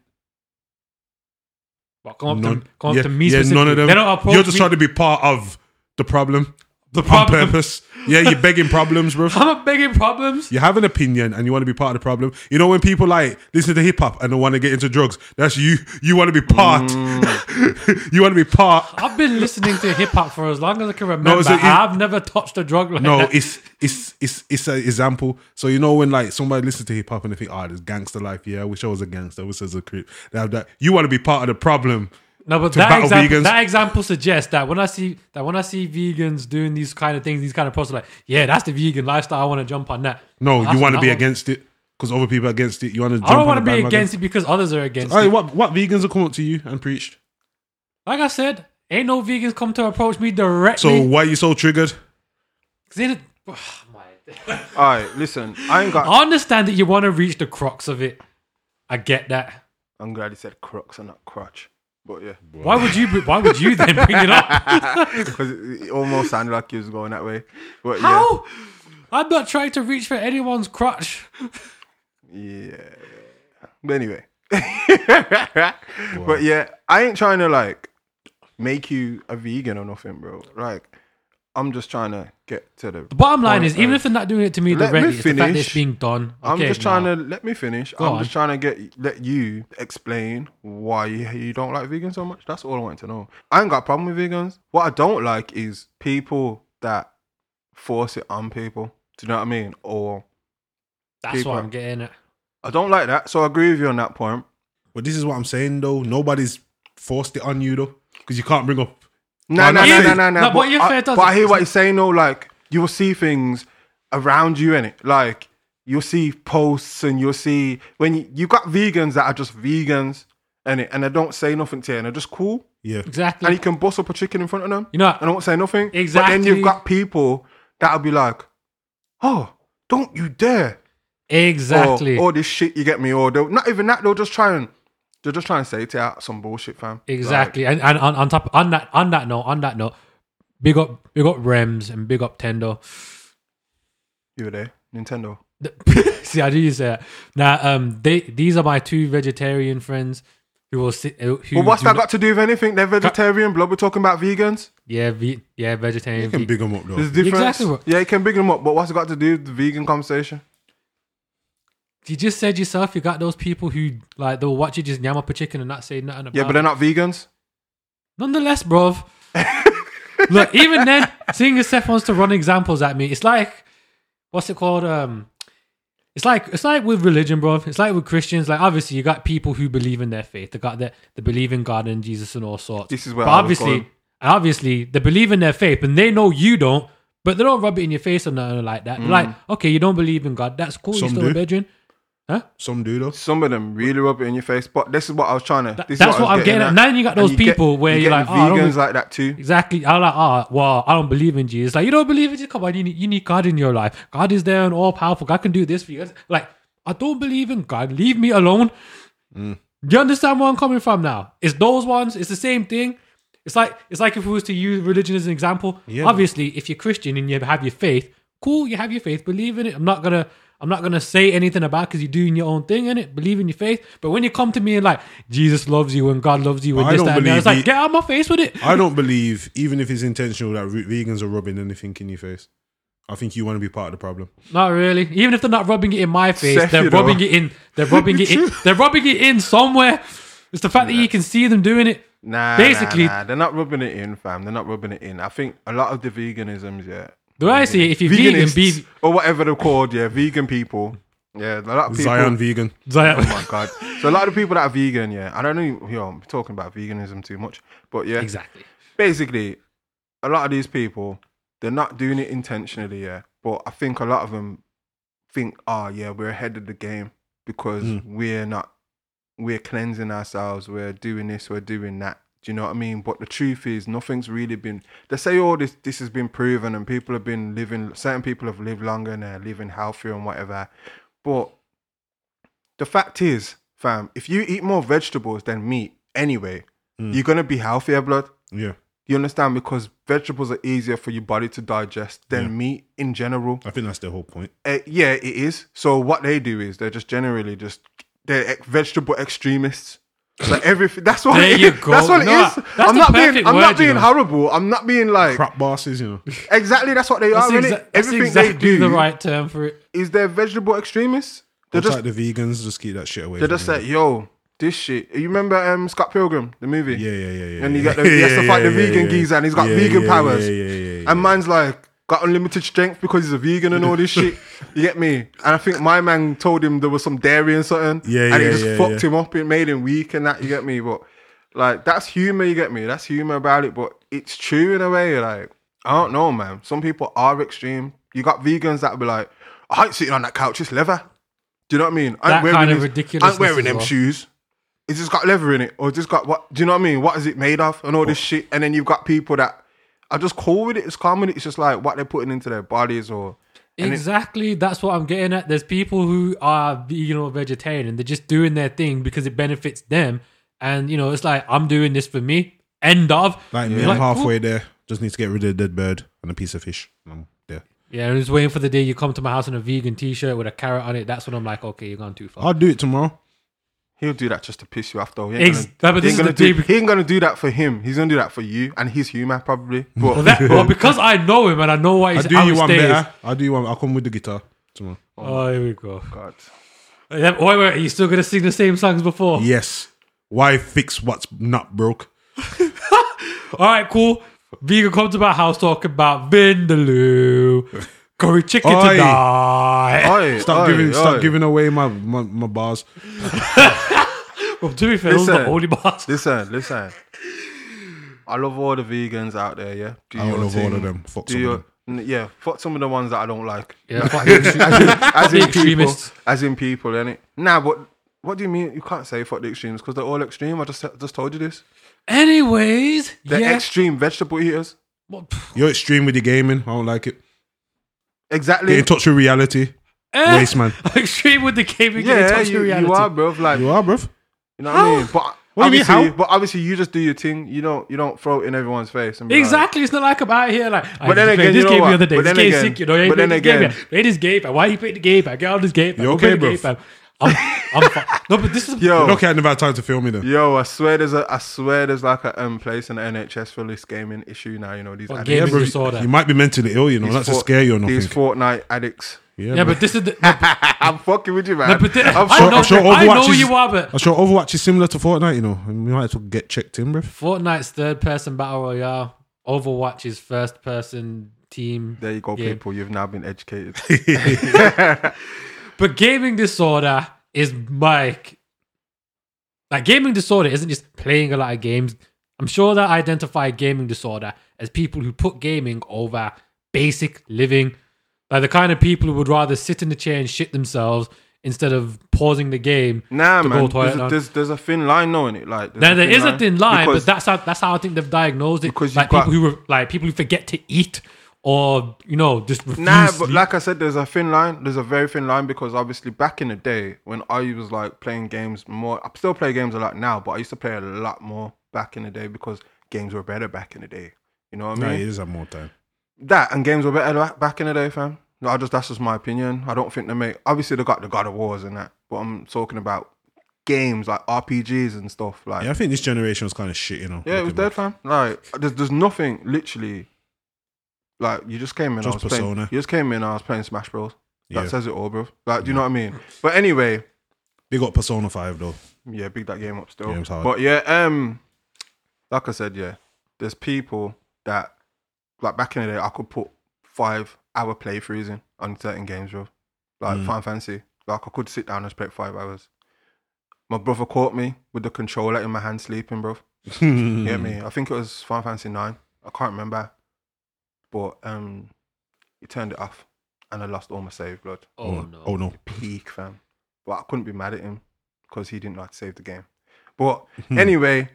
[SPEAKER 2] But come up,
[SPEAKER 3] None-
[SPEAKER 2] to, come
[SPEAKER 3] yeah,
[SPEAKER 2] up to me
[SPEAKER 3] yeah,
[SPEAKER 2] specifically.
[SPEAKER 3] none of them.
[SPEAKER 2] They don't approach
[SPEAKER 3] You're just
[SPEAKER 2] me.
[SPEAKER 3] trying to be part of the problem.
[SPEAKER 2] the
[SPEAKER 3] on
[SPEAKER 2] problem.
[SPEAKER 3] purpose. Yeah, you're begging problems, bro.
[SPEAKER 2] I'm not begging problems.
[SPEAKER 3] You have an opinion and you want to be part of the problem. You know when people like listen to hip hop and don't want to get into drugs. That's you. You want to be part.
[SPEAKER 2] Mm.
[SPEAKER 3] you want to be part.
[SPEAKER 2] I've been listening to hip hop for as long as I can remember.
[SPEAKER 3] so it-
[SPEAKER 2] I've never touched a drug like
[SPEAKER 3] No,
[SPEAKER 2] that.
[SPEAKER 3] it's it's it's it's an example. So you know when like somebody listens to hip hop and they think, "Ah, there's gangster life. Yeah, I wish I was a gangster. I wish I was a creep." They have that. You want to be part of the problem.
[SPEAKER 2] No, but
[SPEAKER 3] to
[SPEAKER 2] that
[SPEAKER 3] battle
[SPEAKER 2] example,
[SPEAKER 3] vegans.
[SPEAKER 2] that example suggests that when I see that when I see vegans doing these kind of things, these kind of posts, like yeah, that's the vegan lifestyle. I want to jump on that.
[SPEAKER 3] No,
[SPEAKER 2] That's
[SPEAKER 3] you want to
[SPEAKER 2] another
[SPEAKER 3] be
[SPEAKER 2] one.
[SPEAKER 3] against it because other people are against it. You want to.
[SPEAKER 2] I don't want to be against it because others are against
[SPEAKER 3] All right,
[SPEAKER 2] it.
[SPEAKER 3] what what vegans have come up to you and preached?
[SPEAKER 2] Like I said, ain't no vegans come to approach me
[SPEAKER 3] So
[SPEAKER 2] directly.
[SPEAKER 3] why are you so triggered?
[SPEAKER 2] 'Cause they don't- oh, my-
[SPEAKER 4] All right, listen. I ain't got.
[SPEAKER 2] I understand that you want to reach the crux of it. I get that.
[SPEAKER 4] I'm glad he said crux and not crutch. But yeah,
[SPEAKER 2] Why would you? Why would you then bring it up?
[SPEAKER 4] because it, it almost sounded like he was going that way. But
[SPEAKER 2] How? I'm not trying to reach for anyone's crotch.
[SPEAKER 4] Yeah. But anyway. But yeah, I ain't trying to like make you a vegan or nothing, bro. Like, I'm just trying to get to the.
[SPEAKER 2] The bottom line
[SPEAKER 4] point
[SPEAKER 2] is, even
[SPEAKER 4] of-
[SPEAKER 2] if they're not doing it to me
[SPEAKER 4] Let me
[SPEAKER 2] directly, it's the fact that it's
[SPEAKER 4] finish.
[SPEAKER 2] being done.
[SPEAKER 4] I'm
[SPEAKER 2] Okay,
[SPEAKER 4] just trying
[SPEAKER 2] now.
[SPEAKER 4] to let me finish.
[SPEAKER 2] Go
[SPEAKER 4] I'm
[SPEAKER 2] on.
[SPEAKER 4] just trying to get let you explain why you, you don't like vegans so much. That's all I want to know. I ain't got a problem with vegans. What I don't like is people that force it on people. Do you know what I mean? Or
[SPEAKER 2] That's
[SPEAKER 4] people.
[SPEAKER 2] what I'm getting at.
[SPEAKER 4] I don't like that. So I agree with you on that point.
[SPEAKER 3] But this is what I'm saying though. Nobody's forced it on you though, because you can't bring up.
[SPEAKER 4] No,
[SPEAKER 3] Why
[SPEAKER 4] no,
[SPEAKER 3] not
[SPEAKER 4] no,
[SPEAKER 3] say-
[SPEAKER 4] no, no,
[SPEAKER 2] No,
[SPEAKER 4] no.
[SPEAKER 2] but you're fair,
[SPEAKER 4] I,
[SPEAKER 2] doesn't-
[SPEAKER 4] but I hear what you're saying. though. like you will see things around you in it. Like you'll see posts and you'll see when you, you got vegans that are just vegans and it, and they don't say nothing to you and they're just cool.
[SPEAKER 3] Yeah,
[SPEAKER 2] Exactly.
[SPEAKER 4] And you can bust up a chicken in front of them.
[SPEAKER 2] You know what?
[SPEAKER 4] and I won't say nothing. But then
[SPEAKER 2] Exactly.
[SPEAKER 4] you've got people that'll be like, "Oh, don't you dare!"
[SPEAKER 2] Exactly.
[SPEAKER 4] Or, or this shit, you get me? Or they'll not even that. They'll just try and they'll just try and say to you "Ah, some bullshit, fam.
[SPEAKER 2] exactly. and and on, on top on that on that note, on that note, big up big up Rems and big up Tendo.
[SPEAKER 4] You were there, Nintendo.
[SPEAKER 2] See, I do use that. Now, um, they these are my two vegetarian friends who will sit. Who
[SPEAKER 4] Well, what's
[SPEAKER 2] do
[SPEAKER 4] that
[SPEAKER 2] not-
[SPEAKER 4] got to do with anything? They're vegetarian, blood. We're talking about vegans.
[SPEAKER 2] Yeah, ve- yeah, vegetarian.
[SPEAKER 3] you can
[SPEAKER 2] ve-
[SPEAKER 3] big them up though.
[SPEAKER 4] There's a difference.
[SPEAKER 2] Exactly what-
[SPEAKER 4] Yeah, you can big them up, but what's it got to do with the vegan conversation?
[SPEAKER 2] you just said yourself, you got those people who like they'll watch you just yam up a chicken and not say nothing about.
[SPEAKER 4] Yeah, but
[SPEAKER 2] it.
[SPEAKER 4] they're not vegans.
[SPEAKER 2] Nonetheless, bruv. Look, even then, seeing as Seth wants to run examples at me, it's like, what's it called? Um, it's like it's like with religion, bruv. It's like with Christians. Like obviously, you got people who believe in their faith. They got their they believe in God and Jesus and all sorts.
[SPEAKER 4] This is where
[SPEAKER 2] but
[SPEAKER 4] I was
[SPEAKER 2] obviously,
[SPEAKER 4] going.
[SPEAKER 2] and obviously, they believe in their faith, and they know you don't. But they don't rub it in your face or nothing like that. They're
[SPEAKER 4] Mm.
[SPEAKER 2] Like, okay, you don't believe in God. That's cool. You're
[SPEAKER 3] Some
[SPEAKER 2] still
[SPEAKER 3] do.
[SPEAKER 2] a virgin.
[SPEAKER 3] Some do though.
[SPEAKER 4] Some of them really rub it in your face, but this is what I was trying to.
[SPEAKER 2] That-
[SPEAKER 4] this is
[SPEAKER 2] that's
[SPEAKER 4] I was
[SPEAKER 2] what I'm getting at. Now you got
[SPEAKER 4] And
[SPEAKER 2] those people where
[SPEAKER 4] you
[SPEAKER 2] you're
[SPEAKER 4] getting
[SPEAKER 2] like, oh, I don't
[SPEAKER 4] vegans
[SPEAKER 2] really-
[SPEAKER 4] like that too.
[SPEAKER 2] Exactly. I'm like, ah, well, I don't believe in Jesus. Like, you don't believe in Jesus? Come on, you need, you need God in your life. God is there and all powerful. God can do this for you. Like, I don't believe in God. Leave me alone.
[SPEAKER 3] Mm.
[SPEAKER 2] Do you understand where I'm coming from now? It's those ones. It's the same thing. It's like it's like if we was to use religion as an example.
[SPEAKER 3] Yeah.
[SPEAKER 2] Obviously, if you're Christian and you have your faith, cool, you have your faith, believe in it. I'm not gonna I'm not gonna say anything about because you're doing your own thing in it. Believe in your faith. But when you come to me and like Jesus loves you and God loves you and
[SPEAKER 3] I
[SPEAKER 2] this
[SPEAKER 3] don't
[SPEAKER 2] that and that, it's like
[SPEAKER 3] believe he-
[SPEAKER 2] get out of my face with it.
[SPEAKER 3] I don't believe, even if it's intentional, that re- vegans are rubbing anything in your face. I think you want to be part of the problem.
[SPEAKER 2] Not really. Even if they're not rubbing it in my face,
[SPEAKER 4] Seth,
[SPEAKER 2] they're
[SPEAKER 4] you know.
[SPEAKER 2] rubbing it in. They're rubbing it in. They're rubbing it in somewhere. It's the fact that you can see them doing it.
[SPEAKER 4] Nah,
[SPEAKER 2] Basically-
[SPEAKER 4] basically, nah, nah, they're not rubbing it in, fam. They're not rubbing it in. I think a lot of the veganisms, yeah,
[SPEAKER 2] The way I see it, if you're vegan,
[SPEAKER 4] veganists
[SPEAKER 2] be
[SPEAKER 4] or whatever they're called, yeah, vegan people, yeah, a lot of people.
[SPEAKER 3] Zion vegan.
[SPEAKER 4] Oh my god! So a lot of the people that are vegan, yeah, I don't know. You know, I'm talking about veganism too much, but yeah,
[SPEAKER 2] exactly.
[SPEAKER 4] basically, a lot of these people, they're not doing it intentionally, yeah. But I think a lot of them think, oh, yeah, we're ahead of the game because we're not, we're cleansing ourselves, we're doing this, we're doing that. Do you know what I mean? But the truth is, nothing's really been. They say all this, this has been proven, and people have been living. Certain people have lived longer and they're living healthier and whatever. But the fact is, fam, if you eat more vegetables than meat anyway, you're gonna be healthier, blood.
[SPEAKER 3] Yeah.
[SPEAKER 4] You understand? Because vegetables are easier for your body to digest than meat in general.
[SPEAKER 3] I think that's the whole point.
[SPEAKER 4] Uh, yeah, it is. So what they do is they're just generally just they're ex- vegetable extremists. Like everything. That's what.
[SPEAKER 2] There
[SPEAKER 4] it
[SPEAKER 2] you
[SPEAKER 4] is.
[SPEAKER 2] go.
[SPEAKER 4] That's what
[SPEAKER 2] No,
[SPEAKER 4] it is.
[SPEAKER 2] that's
[SPEAKER 4] I'm
[SPEAKER 2] the
[SPEAKER 4] not being.
[SPEAKER 2] perfect
[SPEAKER 4] I'm not
[SPEAKER 2] word, you
[SPEAKER 4] being
[SPEAKER 2] know.
[SPEAKER 4] horrible. I'm not being like
[SPEAKER 3] Crap bosses, you know.
[SPEAKER 4] exactly. That's what they
[SPEAKER 2] That's,
[SPEAKER 4] are. innit?
[SPEAKER 2] exa- that's
[SPEAKER 4] everything
[SPEAKER 2] exactly
[SPEAKER 4] they do
[SPEAKER 2] the right term for it.
[SPEAKER 4] is they're vegetable extremists. They're
[SPEAKER 3] It's
[SPEAKER 4] just
[SPEAKER 3] like the vegans, just keep that shit away.
[SPEAKER 4] they're
[SPEAKER 3] from
[SPEAKER 4] just
[SPEAKER 3] me.
[SPEAKER 4] like yo. This shit. You remember um, Scott Pilgrim, the movie?
[SPEAKER 3] Yeah, yeah, yeah, yeah.
[SPEAKER 4] And he
[SPEAKER 3] yeah.
[SPEAKER 4] got the, he has to
[SPEAKER 3] Yeah,
[SPEAKER 4] fight the
[SPEAKER 3] yeah,
[SPEAKER 4] vegan
[SPEAKER 3] yeah.
[SPEAKER 4] geezer, and he's got
[SPEAKER 3] Yeah,
[SPEAKER 4] vegan
[SPEAKER 3] yeah,
[SPEAKER 4] powers.
[SPEAKER 3] Yeah, yeah, yeah. yeah.
[SPEAKER 4] And man's like got unlimited strength because he's a vegan and all this shit. You get me? And I think my man told him there was some dairy and something.
[SPEAKER 3] Yeah,
[SPEAKER 4] And it
[SPEAKER 3] yeah,
[SPEAKER 4] just
[SPEAKER 3] yeah,
[SPEAKER 4] fucked
[SPEAKER 3] yeah.
[SPEAKER 4] him up. It made him weak and that. You get me? But like that's humor. You get me? That's humor about it. But it's true in a way. Like I don't know, man. Some people are extreme. You got vegans that be like, I ain't sitting on that couch. It's leather. Do you know what I mean? I
[SPEAKER 2] That
[SPEAKER 4] ain't wearing
[SPEAKER 2] kind of
[SPEAKER 4] these- I
[SPEAKER 2] ridiculousness
[SPEAKER 4] ain't wearing
[SPEAKER 2] as
[SPEAKER 4] them
[SPEAKER 2] well.
[SPEAKER 4] shoes. It's just got leather in it, or just got what? Do you know what I mean? What is it made of, and all this shit? And then you've got people that are just cool with it. It's calm with it. It's just like what they're putting into their bodies, or And it-
[SPEAKER 2] Exactly. that's what I'm getting at. There's people who are vegan or vegetarian and they're just doing their thing because it benefits them. And, you know, it's like, I'm doing this for me. End of.
[SPEAKER 3] Like me,
[SPEAKER 2] You're
[SPEAKER 3] I'm
[SPEAKER 2] cool.
[SPEAKER 3] halfway there. Just need to get rid of the dead bird and a piece of fish. And I'm there.
[SPEAKER 2] Yeah, I'm just waiting for the day you come to my house in a vegan t shirt with a carrot on it. That's when I'm like, okay, you're gone too far.
[SPEAKER 3] I'll do it tomorrow.
[SPEAKER 4] he'll do that just to piss you off. Though he ain't
[SPEAKER 2] Ex-
[SPEAKER 4] gonna,
[SPEAKER 2] but
[SPEAKER 4] he
[SPEAKER 2] this
[SPEAKER 4] ain't
[SPEAKER 2] is
[SPEAKER 4] gonna
[SPEAKER 2] the
[SPEAKER 4] do,
[SPEAKER 2] deep-
[SPEAKER 4] he ain't gonna do that for him. He's gonna do that for you, and he's human probably. But
[SPEAKER 2] Well, that, well, because I know him and I know what
[SPEAKER 3] I'll
[SPEAKER 2] he's
[SPEAKER 3] do
[SPEAKER 2] how
[SPEAKER 3] you
[SPEAKER 2] he
[SPEAKER 3] one
[SPEAKER 2] stays.
[SPEAKER 3] better. I'll do you one. I'll come with the guitar tomorrow.
[SPEAKER 2] Oh, here we go.
[SPEAKER 4] God,
[SPEAKER 2] Yeah, Wait, wait, are you still gonna sing the same songs before?
[SPEAKER 3] Yes. Why fix what's not broke?
[SPEAKER 2] All right, cool. Vegan comes to my house talking about Vindaloo, curry chicken
[SPEAKER 3] Oi.
[SPEAKER 2] tonight.
[SPEAKER 4] Oi,
[SPEAKER 3] Stop
[SPEAKER 4] oi,
[SPEAKER 3] giving. Stop
[SPEAKER 4] oi.
[SPEAKER 3] giving away my my, my bars.
[SPEAKER 2] Well, to be fair, those are the
[SPEAKER 4] Listen.
[SPEAKER 2] only bars.
[SPEAKER 4] Listen, listen. I love all the vegans out there. Yeah, do
[SPEAKER 3] I
[SPEAKER 4] your
[SPEAKER 3] love all
[SPEAKER 4] thing.
[SPEAKER 3] of them. Fuck
[SPEAKER 4] Do
[SPEAKER 3] some of
[SPEAKER 4] your,
[SPEAKER 3] them.
[SPEAKER 4] N- yeah, fuck some of the ones that I don't like.
[SPEAKER 2] Yeah, fuck you.
[SPEAKER 4] as in people,
[SPEAKER 2] extremists.
[SPEAKER 4] as in people, innit? Nah, but what do you mean? You can't say fuck the extremes because they're all extreme. I just just told you this.
[SPEAKER 2] Anyways,
[SPEAKER 4] They're
[SPEAKER 2] yeah.
[SPEAKER 4] extreme vegetable eaters.
[SPEAKER 2] Well, pff,
[SPEAKER 3] You're extreme with your gaming. I don't like it. Get
[SPEAKER 4] Exactly.
[SPEAKER 3] in touch with reality.
[SPEAKER 2] eh,
[SPEAKER 3] Waste man.
[SPEAKER 2] Extreme with the gaming.
[SPEAKER 4] yeah,
[SPEAKER 2] Yeah,
[SPEAKER 4] you, you are, bro. Like
[SPEAKER 3] You
[SPEAKER 4] you,
[SPEAKER 3] are, bruv.
[SPEAKER 4] know what I mean. But
[SPEAKER 3] What do you mean,
[SPEAKER 4] obviously,
[SPEAKER 3] how?
[SPEAKER 4] but obviously, you just do your thing. You don't you don't throw it in everyone's face. And be like-
[SPEAKER 2] Exactly, it's not like I'm out here like. I
[SPEAKER 4] But then
[SPEAKER 2] just played
[SPEAKER 4] again,
[SPEAKER 2] this
[SPEAKER 4] you know
[SPEAKER 2] game
[SPEAKER 4] what?
[SPEAKER 2] the other day.
[SPEAKER 4] But
[SPEAKER 2] this
[SPEAKER 4] then
[SPEAKER 2] game's
[SPEAKER 4] again-
[SPEAKER 2] sick, you know. You
[SPEAKER 4] but
[SPEAKER 2] played
[SPEAKER 4] then
[SPEAKER 2] the game.
[SPEAKER 4] again-
[SPEAKER 2] man. Play this game. man. Why you play the game? man? Get out of this game. man.
[SPEAKER 3] You
[SPEAKER 2] Go play
[SPEAKER 3] okay,
[SPEAKER 2] the
[SPEAKER 3] bro?
[SPEAKER 2] game, man. I'm, I'm fi- no, but this is
[SPEAKER 4] Yo,
[SPEAKER 3] Okay, I never had time to film me then.
[SPEAKER 4] yo, I swear there's a I swear there's like a um, place in the NHS for this gaming issue now. You know these
[SPEAKER 2] What
[SPEAKER 4] addicts.
[SPEAKER 2] gaming
[SPEAKER 4] These
[SPEAKER 2] bro, disorder.
[SPEAKER 3] You might be mentally ill, you know, not to
[SPEAKER 4] Fort-
[SPEAKER 3] scare you or nothing.
[SPEAKER 4] These Fortnite addicts.
[SPEAKER 3] yeah,
[SPEAKER 2] Yeah,
[SPEAKER 3] bro.
[SPEAKER 2] but this is the. no,
[SPEAKER 4] I'm fucking with you, man.
[SPEAKER 2] but thi-
[SPEAKER 4] I'm
[SPEAKER 2] I
[SPEAKER 4] sure-
[SPEAKER 2] know,
[SPEAKER 3] I'm sure
[SPEAKER 2] I know
[SPEAKER 3] Overwatch is-
[SPEAKER 2] you are, but
[SPEAKER 3] I'm sure Overwatch is similar to Fortnite, you know. And we might have to get checked in, bro.
[SPEAKER 2] Fortnite's third person battle royale. Overwatch is first person team.
[SPEAKER 4] There you go,
[SPEAKER 2] Yeah.
[SPEAKER 4] people. You've now been educated.
[SPEAKER 2] But gaming disorder is like like gaming disorder isn't just playing a lot of games. I'm sure that I identify gaming disorder as people who put gaming over basic living. Like the kind of people who would rather sit in the chair and shit themselves instead of pausing the game.
[SPEAKER 4] Nah,
[SPEAKER 2] to go
[SPEAKER 4] man.
[SPEAKER 2] toilet
[SPEAKER 4] There's a,
[SPEAKER 2] line.
[SPEAKER 4] there's, there's a thin line, knowing it. Like
[SPEAKER 2] Now there is a thin line,
[SPEAKER 4] because
[SPEAKER 2] but that's how that's how I think they've diagnosed it.
[SPEAKER 4] Because you've
[SPEAKER 2] Like
[SPEAKER 4] got-
[SPEAKER 2] people who were like people who forget to eat or you know just refuse.
[SPEAKER 4] Nah,
[SPEAKER 2] to
[SPEAKER 4] but
[SPEAKER 2] eat.
[SPEAKER 4] like I said, there's a thin line. There's a very thin line because obviously back in the day when I was like playing games more, I still play games a lot now, but I used to play a lot more back in the day because games were better back in the day. You know what I
[SPEAKER 3] No,
[SPEAKER 4] mean?
[SPEAKER 3] it is at more time.
[SPEAKER 4] That and games were better la- back in the day, fam. No, I just that's just my opinion. I don't think they make. Obviously, they got the God of Wars and that, but I'm talking about games like RPGs and stuff. Like,
[SPEAKER 3] Yeah, I think this generation was kind of shit, you know.
[SPEAKER 4] yeah, it was
[SPEAKER 3] looking back.
[SPEAKER 4] dead, fam. Like, there's there's nothing literally. Like, you just came in.
[SPEAKER 3] Just
[SPEAKER 4] I was playing,
[SPEAKER 3] Persona.
[SPEAKER 4] You just came in. and I was playing Smash Bros. That
[SPEAKER 3] Yeah.
[SPEAKER 4] says it all, bro. Like, do you know what I mean? But anyway,
[SPEAKER 3] They got Persona 5, though.
[SPEAKER 4] yeah, big that game up still.
[SPEAKER 3] Game's hard.
[SPEAKER 4] But yeah, um, like I said, yeah, there's people that like back in the day, I could put five hour playthroughs in on certain games, bro. Like
[SPEAKER 3] Mm.
[SPEAKER 4] Final Fantasy, like I could sit down and play it five hours. My brother caught me with the controller in my hand sleeping, bro. You
[SPEAKER 3] Hmm.
[SPEAKER 4] get me? I think it was Final Fantasy Nine. I can't remember, but um, he turned it off, and I lost all my save blood
[SPEAKER 2] oh no.
[SPEAKER 3] Oh, no.
[SPEAKER 4] peak, fam. But I couldn't be mad at him because he didn't like to save the game. But
[SPEAKER 3] Hmm.
[SPEAKER 4] anyway,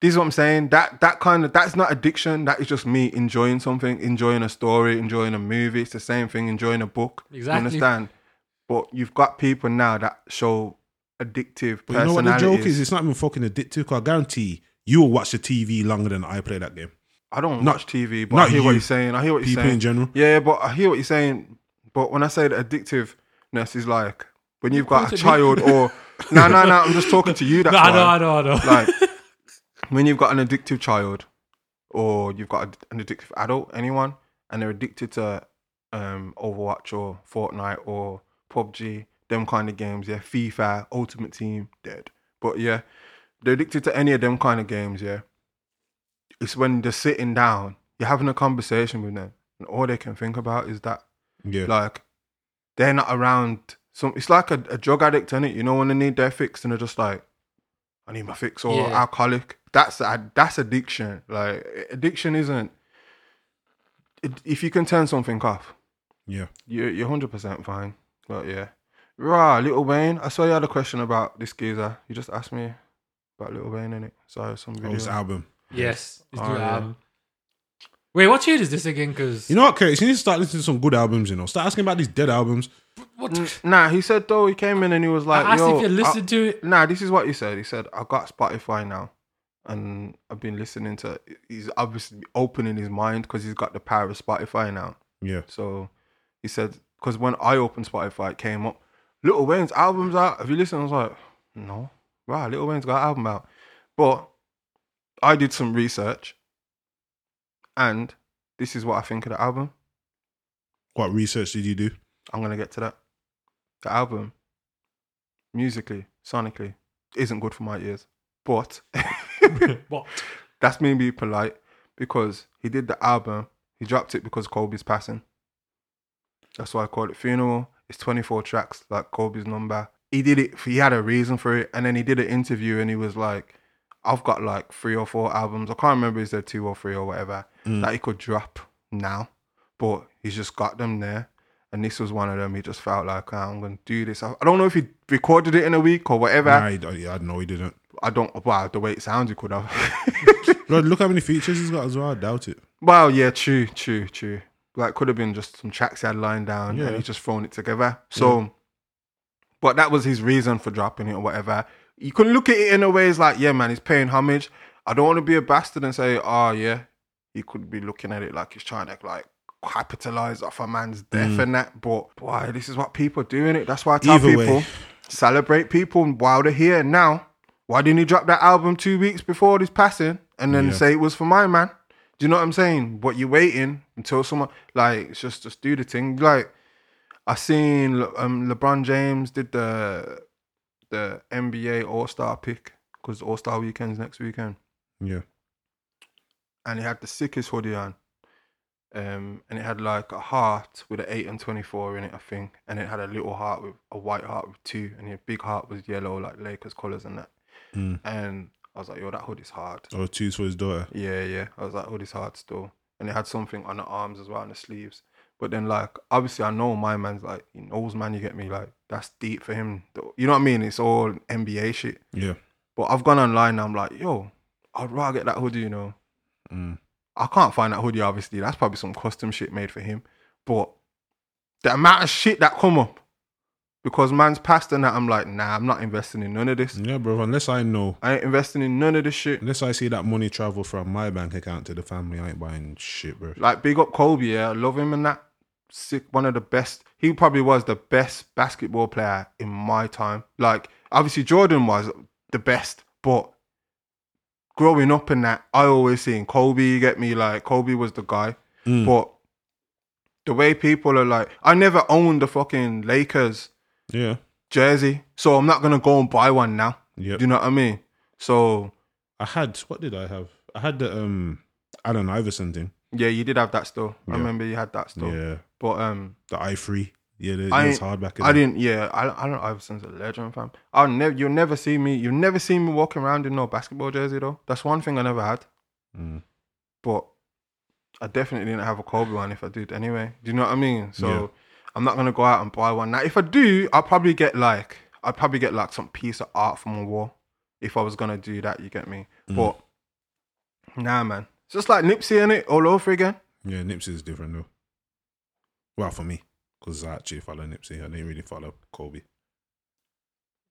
[SPEAKER 4] this is what I'm saying. That that kind of that's not addiction. That is just me enjoying something, enjoying a story, enjoying a movie. It's the same thing, enjoying a book. You
[SPEAKER 2] Exactly.
[SPEAKER 4] understand? But you've got people now that show addictive
[SPEAKER 3] But you know what the
[SPEAKER 4] personalities.
[SPEAKER 3] joke is? It's not even fucking addictive. 'cause I guarantee you will watch the TV longer than I play that game.
[SPEAKER 4] I don't
[SPEAKER 3] Not-
[SPEAKER 4] watch TV, but
[SPEAKER 3] not
[SPEAKER 4] I hear what
[SPEAKER 3] you.
[SPEAKER 4] you're saying. I hear what you're
[SPEAKER 3] People
[SPEAKER 4] saying.
[SPEAKER 3] in general.
[SPEAKER 2] Mm-hmm.
[SPEAKER 4] Yeah, but I hear what you're saying. But when I say the addictiveness is like when you've got a
[SPEAKER 2] Quite a
[SPEAKER 4] child or no, no, no. I'm just talking to you. That's
[SPEAKER 2] No, I
[SPEAKER 4] why.
[SPEAKER 2] know, I know, I know.
[SPEAKER 4] like when you've got an addictive child or you've got a- an addictive adult, anyone, and they're addicted to um, Overwatch or Fortnite or PUBG, them kind of games, yeah, FIFA, Ultimate Team, dead. But yeah, they're addicted to any of them kind of games, yeah. It's when they're sitting down, you're having a conversation with them, and all they can think about is that
[SPEAKER 3] Yeah.
[SPEAKER 4] like they're not around some it's like a, a drug addict in it you know when they need their fix and they're just like i need my fix or
[SPEAKER 2] Yeah.
[SPEAKER 4] alcoholic that's a- that's addiction like addiction isn't it, if you can turn something off
[SPEAKER 3] yeah.
[SPEAKER 4] you're, you're 100% fine but yeah Rah, Little Wayne. I saw you had a question about this geezer. You just asked me about Little Wayne, innit? Sorry, some
[SPEAKER 3] Oh,
[SPEAKER 4] video.
[SPEAKER 3] this album.
[SPEAKER 2] yes. it's
[SPEAKER 4] Oh,
[SPEAKER 2] the
[SPEAKER 4] yeah.
[SPEAKER 2] album. Wait, what year is this again? Because
[SPEAKER 3] You know what, Curtis? You need to start listening to some good albums, you know. Start asking about these dead albums.
[SPEAKER 2] what?
[SPEAKER 4] Mm, Nah, he said though he came in and he was like,
[SPEAKER 2] I asked
[SPEAKER 4] Yo,
[SPEAKER 2] if you
[SPEAKER 4] I-
[SPEAKER 2] listened to it.
[SPEAKER 4] Nah, this is what he said. He said, I got Spotify now and I've been listening to he's obviously opening his mind because he's got the power of Spotify now.
[SPEAKER 3] Yeah.
[SPEAKER 4] So he said, because when I opened Spotify, it came up. Little Wayne's album's out. Have you listened? I was like, no. Wow, Little Wayne's got an album out. But I did some research and this is what I think of the album.
[SPEAKER 3] What research did you do?
[SPEAKER 4] I'm gonna get to that. The album, musically, sonically, isn't good for my ears. But
[SPEAKER 2] What?
[SPEAKER 4] that's me being polite because he did the album, he dropped it because Kobe's passing. That's why I call it funeral. It's 24 tracks, like Kobe's number. He did it. He had a reason for it, and then he did an interview, and he was like, "I've got like three or four albums. I can't remember is there two or three or whatever that he could drop now, but he's just got them there." And this was one of them. He just felt like "Ah, I'm gonna do this. I I don't know if he recorded it in a week or whatever.
[SPEAKER 3] Nah, I, I, I know he didn't.
[SPEAKER 4] I don't. Wow, the way it sounds, he could have.
[SPEAKER 3] Lord, look how many features he's got as well. I doubt it.
[SPEAKER 4] Well, yeah, true, true, true. Like could have been just some tracks he had lying down
[SPEAKER 3] Yeah.
[SPEAKER 4] and he's just thrown it together. So, but that was his reason for dropping it or whatever. You can look at it in a way it's like, yeah, man, he's paying homage. I don't want to be a bastard and say, oh yeah, he could be looking at it like he's trying to like capitalize off a man's death and that. But boy, this is what people do in it. That's why I tell
[SPEAKER 3] Mm. Either way.
[SPEAKER 4] people celebrate people while they're here and now. Why didn't he drop that album two weeks before his passing and then
[SPEAKER 3] Yeah.
[SPEAKER 4] say it was for my man? Do you know what I'm saying? But you're waiting until someone like it's just just do the thing. Like I seen Le- um, LeBron James did the the NBA All Star pick because All Star weekend's next weekend,
[SPEAKER 3] Yeah.
[SPEAKER 4] and he had the sickest hoodie on, um, and it had like a heart with an eight and twenty four in it, I think, and it had a little heart with a white heart with two, and your big heart was yellow like Lakers colors and that,
[SPEAKER 3] Mm.
[SPEAKER 4] and I was like, yo, that hoodie's hard.
[SPEAKER 3] Or two's for his daughter.
[SPEAKER 4] Yeah, yeah. I was like, oh, this hard still. And it had something on the arms as well, on the sleeves. But then, like, obviously, I know my man's like, he knows, man, you get me? Like, that's deep for him. though. You know what I mean? It's all NBA shit.
[SPEAKER 3] Yeah.
[SPEAKER 4] But I've gone online and I'm like, yo, I'd rather get that hoodie, you know?
[SPEAKER 3] Mm.
[SPEAKER 4] I can't find that hoodie, obviously. That's probably some custom shit made for him. But the amount of shit that come up because man's passed and that, I'm like, nah, I'm not investing in none of this.
[SPEAKER 3] Yeah, bro. Unless I know,
[SPEAKER 4] I ain't investing in none of this shit.
[SPEAKER 3] unless I see that money travel from my bank account to the family, I ain't buying shit, bro.
[SPEAKER 4] Like big up Kobe, yeah, I love him and that. Sick, one of the best. He probably was the best basketball player in my time. Like obviously Jordan was the best, but growing up in that, I always seen Kobe. You get me? Like Kobe was the guy,
[SPEAKER 3] Mm.
[SPEAKER 4] but the way people are like, I never owned the fucking Lakers
[SPEAKER 3] Yeah.
[SPEAKER 4] jersey, so I'm not gonna go and buy one now.
[SPEAKER 3] Yeah.
[SPEAKER 4] Do you know what I mean? So
[SPEAKER 3] I had what did I have? I had the um Allen Iverson thing.
[SPEAKER 4] yeah, you did have that still.
[SPEAKER 3] Yeah.
[SPEAKER 4] I remember you had that still.
[SPEAKER 3] Yeah.
[SPEAKER 4] But um.
[SPEAKER 3] The I three. Yeah, the,
[SPEAKER 4] I
[SPEAKER 3] it was
[SPEAKER 4] ain't-
[SPEAKER 3] hard back in
[SPEAKER 4] I
[SPEAKER 3] the-
[SPEAKER 4] didn't. Yeah, I, I don't. Iverson's a legend, fam. I'll never. You'll never see me. You'll never see me walking around in no basketball jersey though. That's one thing I never had.
[SPEAKER 3] Mm.
[SPEAKER 4] But I definitely didn't have a Kobe one. If I did, anyway, do you know what I mean? So
[SPEAKER 3] Yeah.
[SPEAKER 4] I'm not gonna go out and buy one now. If I do, I'll probably get like I'd probably get like some piece of art from a wall. If I was gonna do that, you get me.
[SPEAKER 3] Mm. Hmm.
[SPEAKER 4] But nah, man, it's just like Nipsey in it all over again.
[SPEAKER 3] Yeah, Nipsey is different though. Well, for me, because I actually follow Nipsey. I didn't really follow Kobe.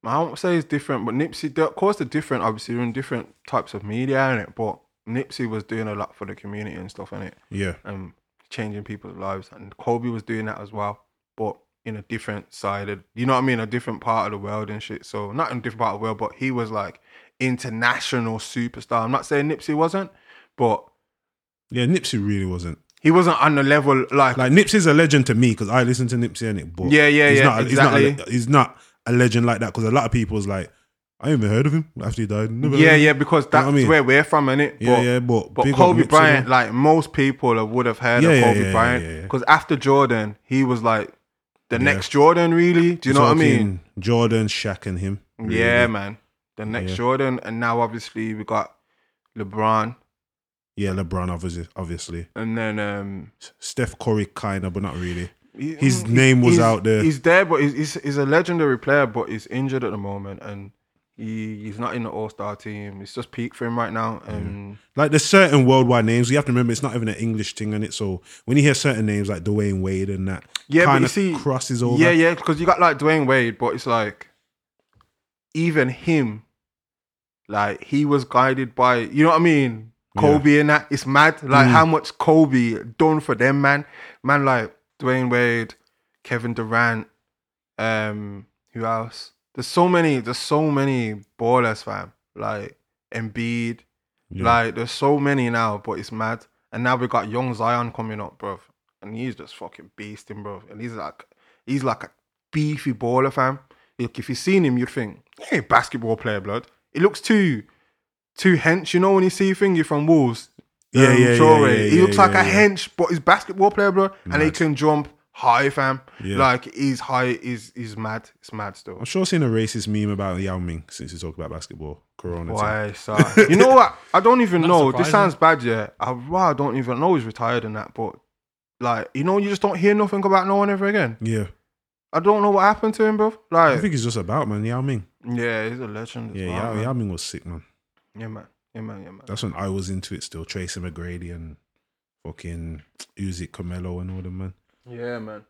[SPEAKER 4] I won't say it's different, but Nipsey, they're- of course, they're different. Obviously, they're in different types of media, and it. But Nipsey was doing a lot for the community and stuff, and it
[SPEAKER 3] Yeah.
[SPEAKER 4] um, changing people's lives. And Kobe was doing that as well, but in a different side of, you know what I mean, a different part of the world and shit. So not in a different part of the world, but he was like international superstar. I'm not saying Nipsey wasn't, but
[SPEAKER 3] Yeah, Nipsey really wasn't.
[SPEAKER 4] he wasn't on the level like,
[SPEAKER 3] Like Nipsey's a legend to me because I listen to Nipsey and it. But
[SPEAKER 4] Yeah, yeah,
[SPEAKER 3] he's
[SPEAKER 4] yeah,
[SPEAKER 3] Not, He's not, a,
[SPEAKER 4] exactly.
[SPEAKER 3] he's not a legend like that because a lot of people's like, I ain't even heard of him after he died. Never
[SPEAKER 4] yeah,
[SPEAKER 3] heard of him.
[SPEAKER 4] yeah, because
[SPEAKER 3] know what
[SPEAKER 4] that's
[SPEAKER 3] I mean?
[SPEAKER 4] where we're from, innit?
[SPEAKER 3] Yeah, yeah, but
[SPEAKER 4] but
[SPEAKER 3] big up
[SPEAKER 4] Kobe
[SPEAKER 3] Nipsey,
[SPEAKER 4] Bryant,
[SPEAKER 3] though.
[SPEAKER 4] like most people would have heard
[SPEAKER 3] Yeah,
[SPEAKER 4] of
[SPEAKER 3] yeah,
[SPEAKER 4] Kobe
[SPEAKER 3] yeah, yeah,
[SPEAKER 4] Bryant
[SPEAKER 3] yeah, yeah.
[SPEAKER 4] because after Jordan, he was like the next Jordan, really. Do you know what I mean?
[SPEAKER 3] Talking Jordan, Shaq, and him. really.
[SPEAKER 4] Yeah, man. The next
[SPEAKER 3] Yeah.
[SPEAKER 4] Jordan, and now obviously we got LeBron,
[SPEAKER 3] yeah, LeBron obviously, obviously.
[SPEAKER 4] and then um,
[SPEAKER 3] Steph Curry, kinda, but not really.
[SPEAKER 4] he-
[SPEAKER 3] His name was
[SPEAKER 4] he's-
[SPEAKER 3] out there.
[SPEAKER 4] He's there, but he's, he's he's a legendary player, but he's injured at the moment, and he, he's not in the All Star team. It's just peak for him right now, and
[SPEAKER 3] Like there's certain worldwide names. You have to remember it's not even an English thing, and it. So when you hear certain names like Dwayne Wade and that,
[SPEAKER 4] yeah, but
[SPEAKER 3] kind
[SPEAKER 4] you
[SPEAKER 3] of
[SPEAKER 4] see,
[SPEAKER 3] crosses over.
[SPEAKER 4] Yeah, um, yeah, because you got like Dwayne Wade, but it's like even him, like he was guided by you know what I mean, Kobe and that. It's mad, like how much Kobe done for them, man. Man, like Dwayne Wade, Kevin Durant, um, who else? There's so many, there's so many ballers, fam. Like Embiid,
[SPEAKER 3] Yeah.
[SPEAKER 4] like there's so many now, but it's mad. And now we got young Zion coming up, bruv. And he's just fucking beasting, bruv. And he's like he's like a beefy baller, fam. Like if you seen him, you'd think, he ain't a basketball player, blood. It looks too too hench, you know when you see Thingy from Wolves. Um,
[SPEAKER 3] Yeah, yeah, yeah,
[SPEAKER 4] Traore.
[SPEAKER 3] yeah,
[SPEAKER 4] He
[SPEAKER 3] yeah,
[SPEAKER 4] looks like
[SPEAKER 3] yeah,
[SPEAKER 4] a
[SPEAKER 3] yeah.
[SPEAKER 4] hench, but he's basketball player, blood. And he can jump high, fam.
[SPEAKER 3] Yeah.
[SPEAKER 4] Like he's high, he's he's mad. It's mad still.
[SPEAKER 3] I'm sure I've seen a racist meme about Yao Ming since you talk about basketball. Corona. time.
[SPEAKER 4] Why, sir? You know what? I don't even
[SPEAKER 2] Not
[SPEAKER 4] know. This
[SPEAKER 2] surprising.
[SPEAKER 4] sounds bad, yeah. I, well, I don't even know he's retired and that, but like, you know, you just don't hear nothing about no one ever again.
[SPEAKER 3] Yeah,
[SPEAKER 4] I don't know what happened to him, bro.
[SPEAKER 3] I
[SPEAKER 4] Like,
[SPEAKER 3] think it's just about man Yao Ming.
[SPEAKER 4] yeah, he's a legend.
[SPEAKER 3] Yeah, oh,
[SPEAKER 4] as well,
[SPEAKER 3] Yao,
[SPEAKER 4] man.
[SPEAKER 3] Yao Ming was sick, man.
[SPEAKER 4] yeah, man, yeah, man, yeah, man.
[SPEAKER 3] That's when I was into it still. Tracy McGrady and fucking Uzi Carmelo and all them man.
[SPEAKER 4] Yeah, man.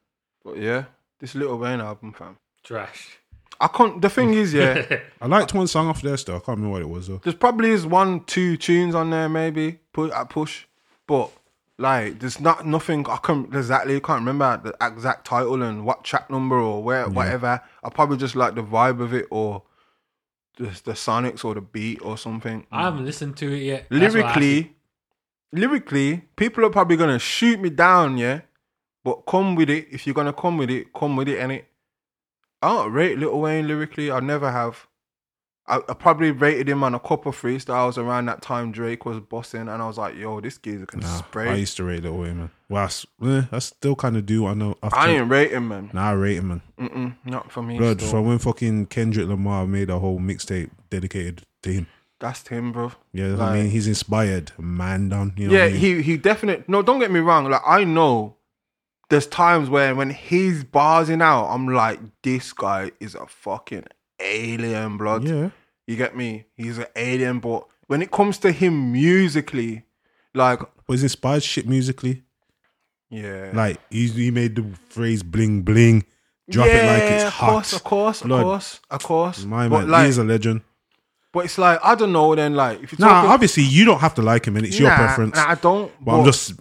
[SPEAKER 4] But yeah, this Little Wayne album, fam.
[SPEAKER 2] Trash.
[SPEAKER 4] I can't. The thing is, yeah,
[SPEAKER 3] I liked one song off there still. I can't remember what it was though.
[SPEAKER 4] there's probably is one, two tunes on there, maybe put at push, but. Like there's not nothing I can exactly can't remember the exact title and what track number or where whatever. I probably just like the vibe of it or just the sonics or the beat or something.
[SPEAKER 2] I haven't listened to it yet. That's why I asked you.
[SPEAKER 4] lyrically, lyrically, people are probably gonna shoot me down, yeah. But come with it. If you're gonna come with it, come with it, and it. I don't rate Lil Wayne lyrically. I never have. I, I probably rated him on a couple freestyles around that time Drake was bossing, and I was like, "Yo, this geezer can
[SPEAKER 3] Nah, I
[SPEAKER 4] spray."
[SPEAKER 3] used to rate Little Wayne, man. Well, I, s- eh, I still kind of do. I know. After,
[SPEAKER 4] I, didn't rate him, man.
[SPEAKER 3] Nah, I rate him, man.
[SPEAKER 4] Mm-mm, not for me.
[SPEAKER 3] Blood
[SPEAKER 4] still.
[SPEAKER 3] from when fucking Kendrick Lamar made a whole mixtape dedicated to him.
[SPEAKER 4] That's him, bro.
[SPEAKER 3] Yeah, that's what I
[SPEAKER 4] Like-
[SPEAKER 3] mean, he's inspired, man down. You know
[SPEAKER 4] yeah,
[SPEAKER 3] what I mean?
[SPEAKER 4] he he definitely no. Don't get me wrong. Like I know there's times where when he's barsing out, I'm like, this guy is a fucking alien, blood.
[SPEAKER 3] yeah,
[SPEAKER 4] You get me? He's an alien, but when it comes to him musically, like
[SPEAKER 3] but he's inspired shit musically.
[SPEAKER 4] yeah,
[SPEAKER 3] Like he, he made the phrase "bling bling," drop it like it's
[SPEAKER 4] Yeah, Of course,
[SPEAKER 3] hot.
[SPEAKER 4] of course,
[SPEAKER 3] Blood.
[SPEAKER 4] of course, of course.
[SPEAKER 3] My
[SPEAKER 4] but
[SPEAKER 3] man,
[SPEAKER 4] like,
[SPEAKER 3] he's a legend.
[SPEAKER 4] but it's like I don't know. Then like, if you
[SPEAKER 3] Nah,
[SPEAKER 4] talking,
[SPEAKER 3] obviously you don't have to like him, and it's your
[SPEAKER 4] Nah,
[SPEAKER 3] preference.
[SPEAKER 4] Nah, I don't.
[SPEAKER 3] but I'm just.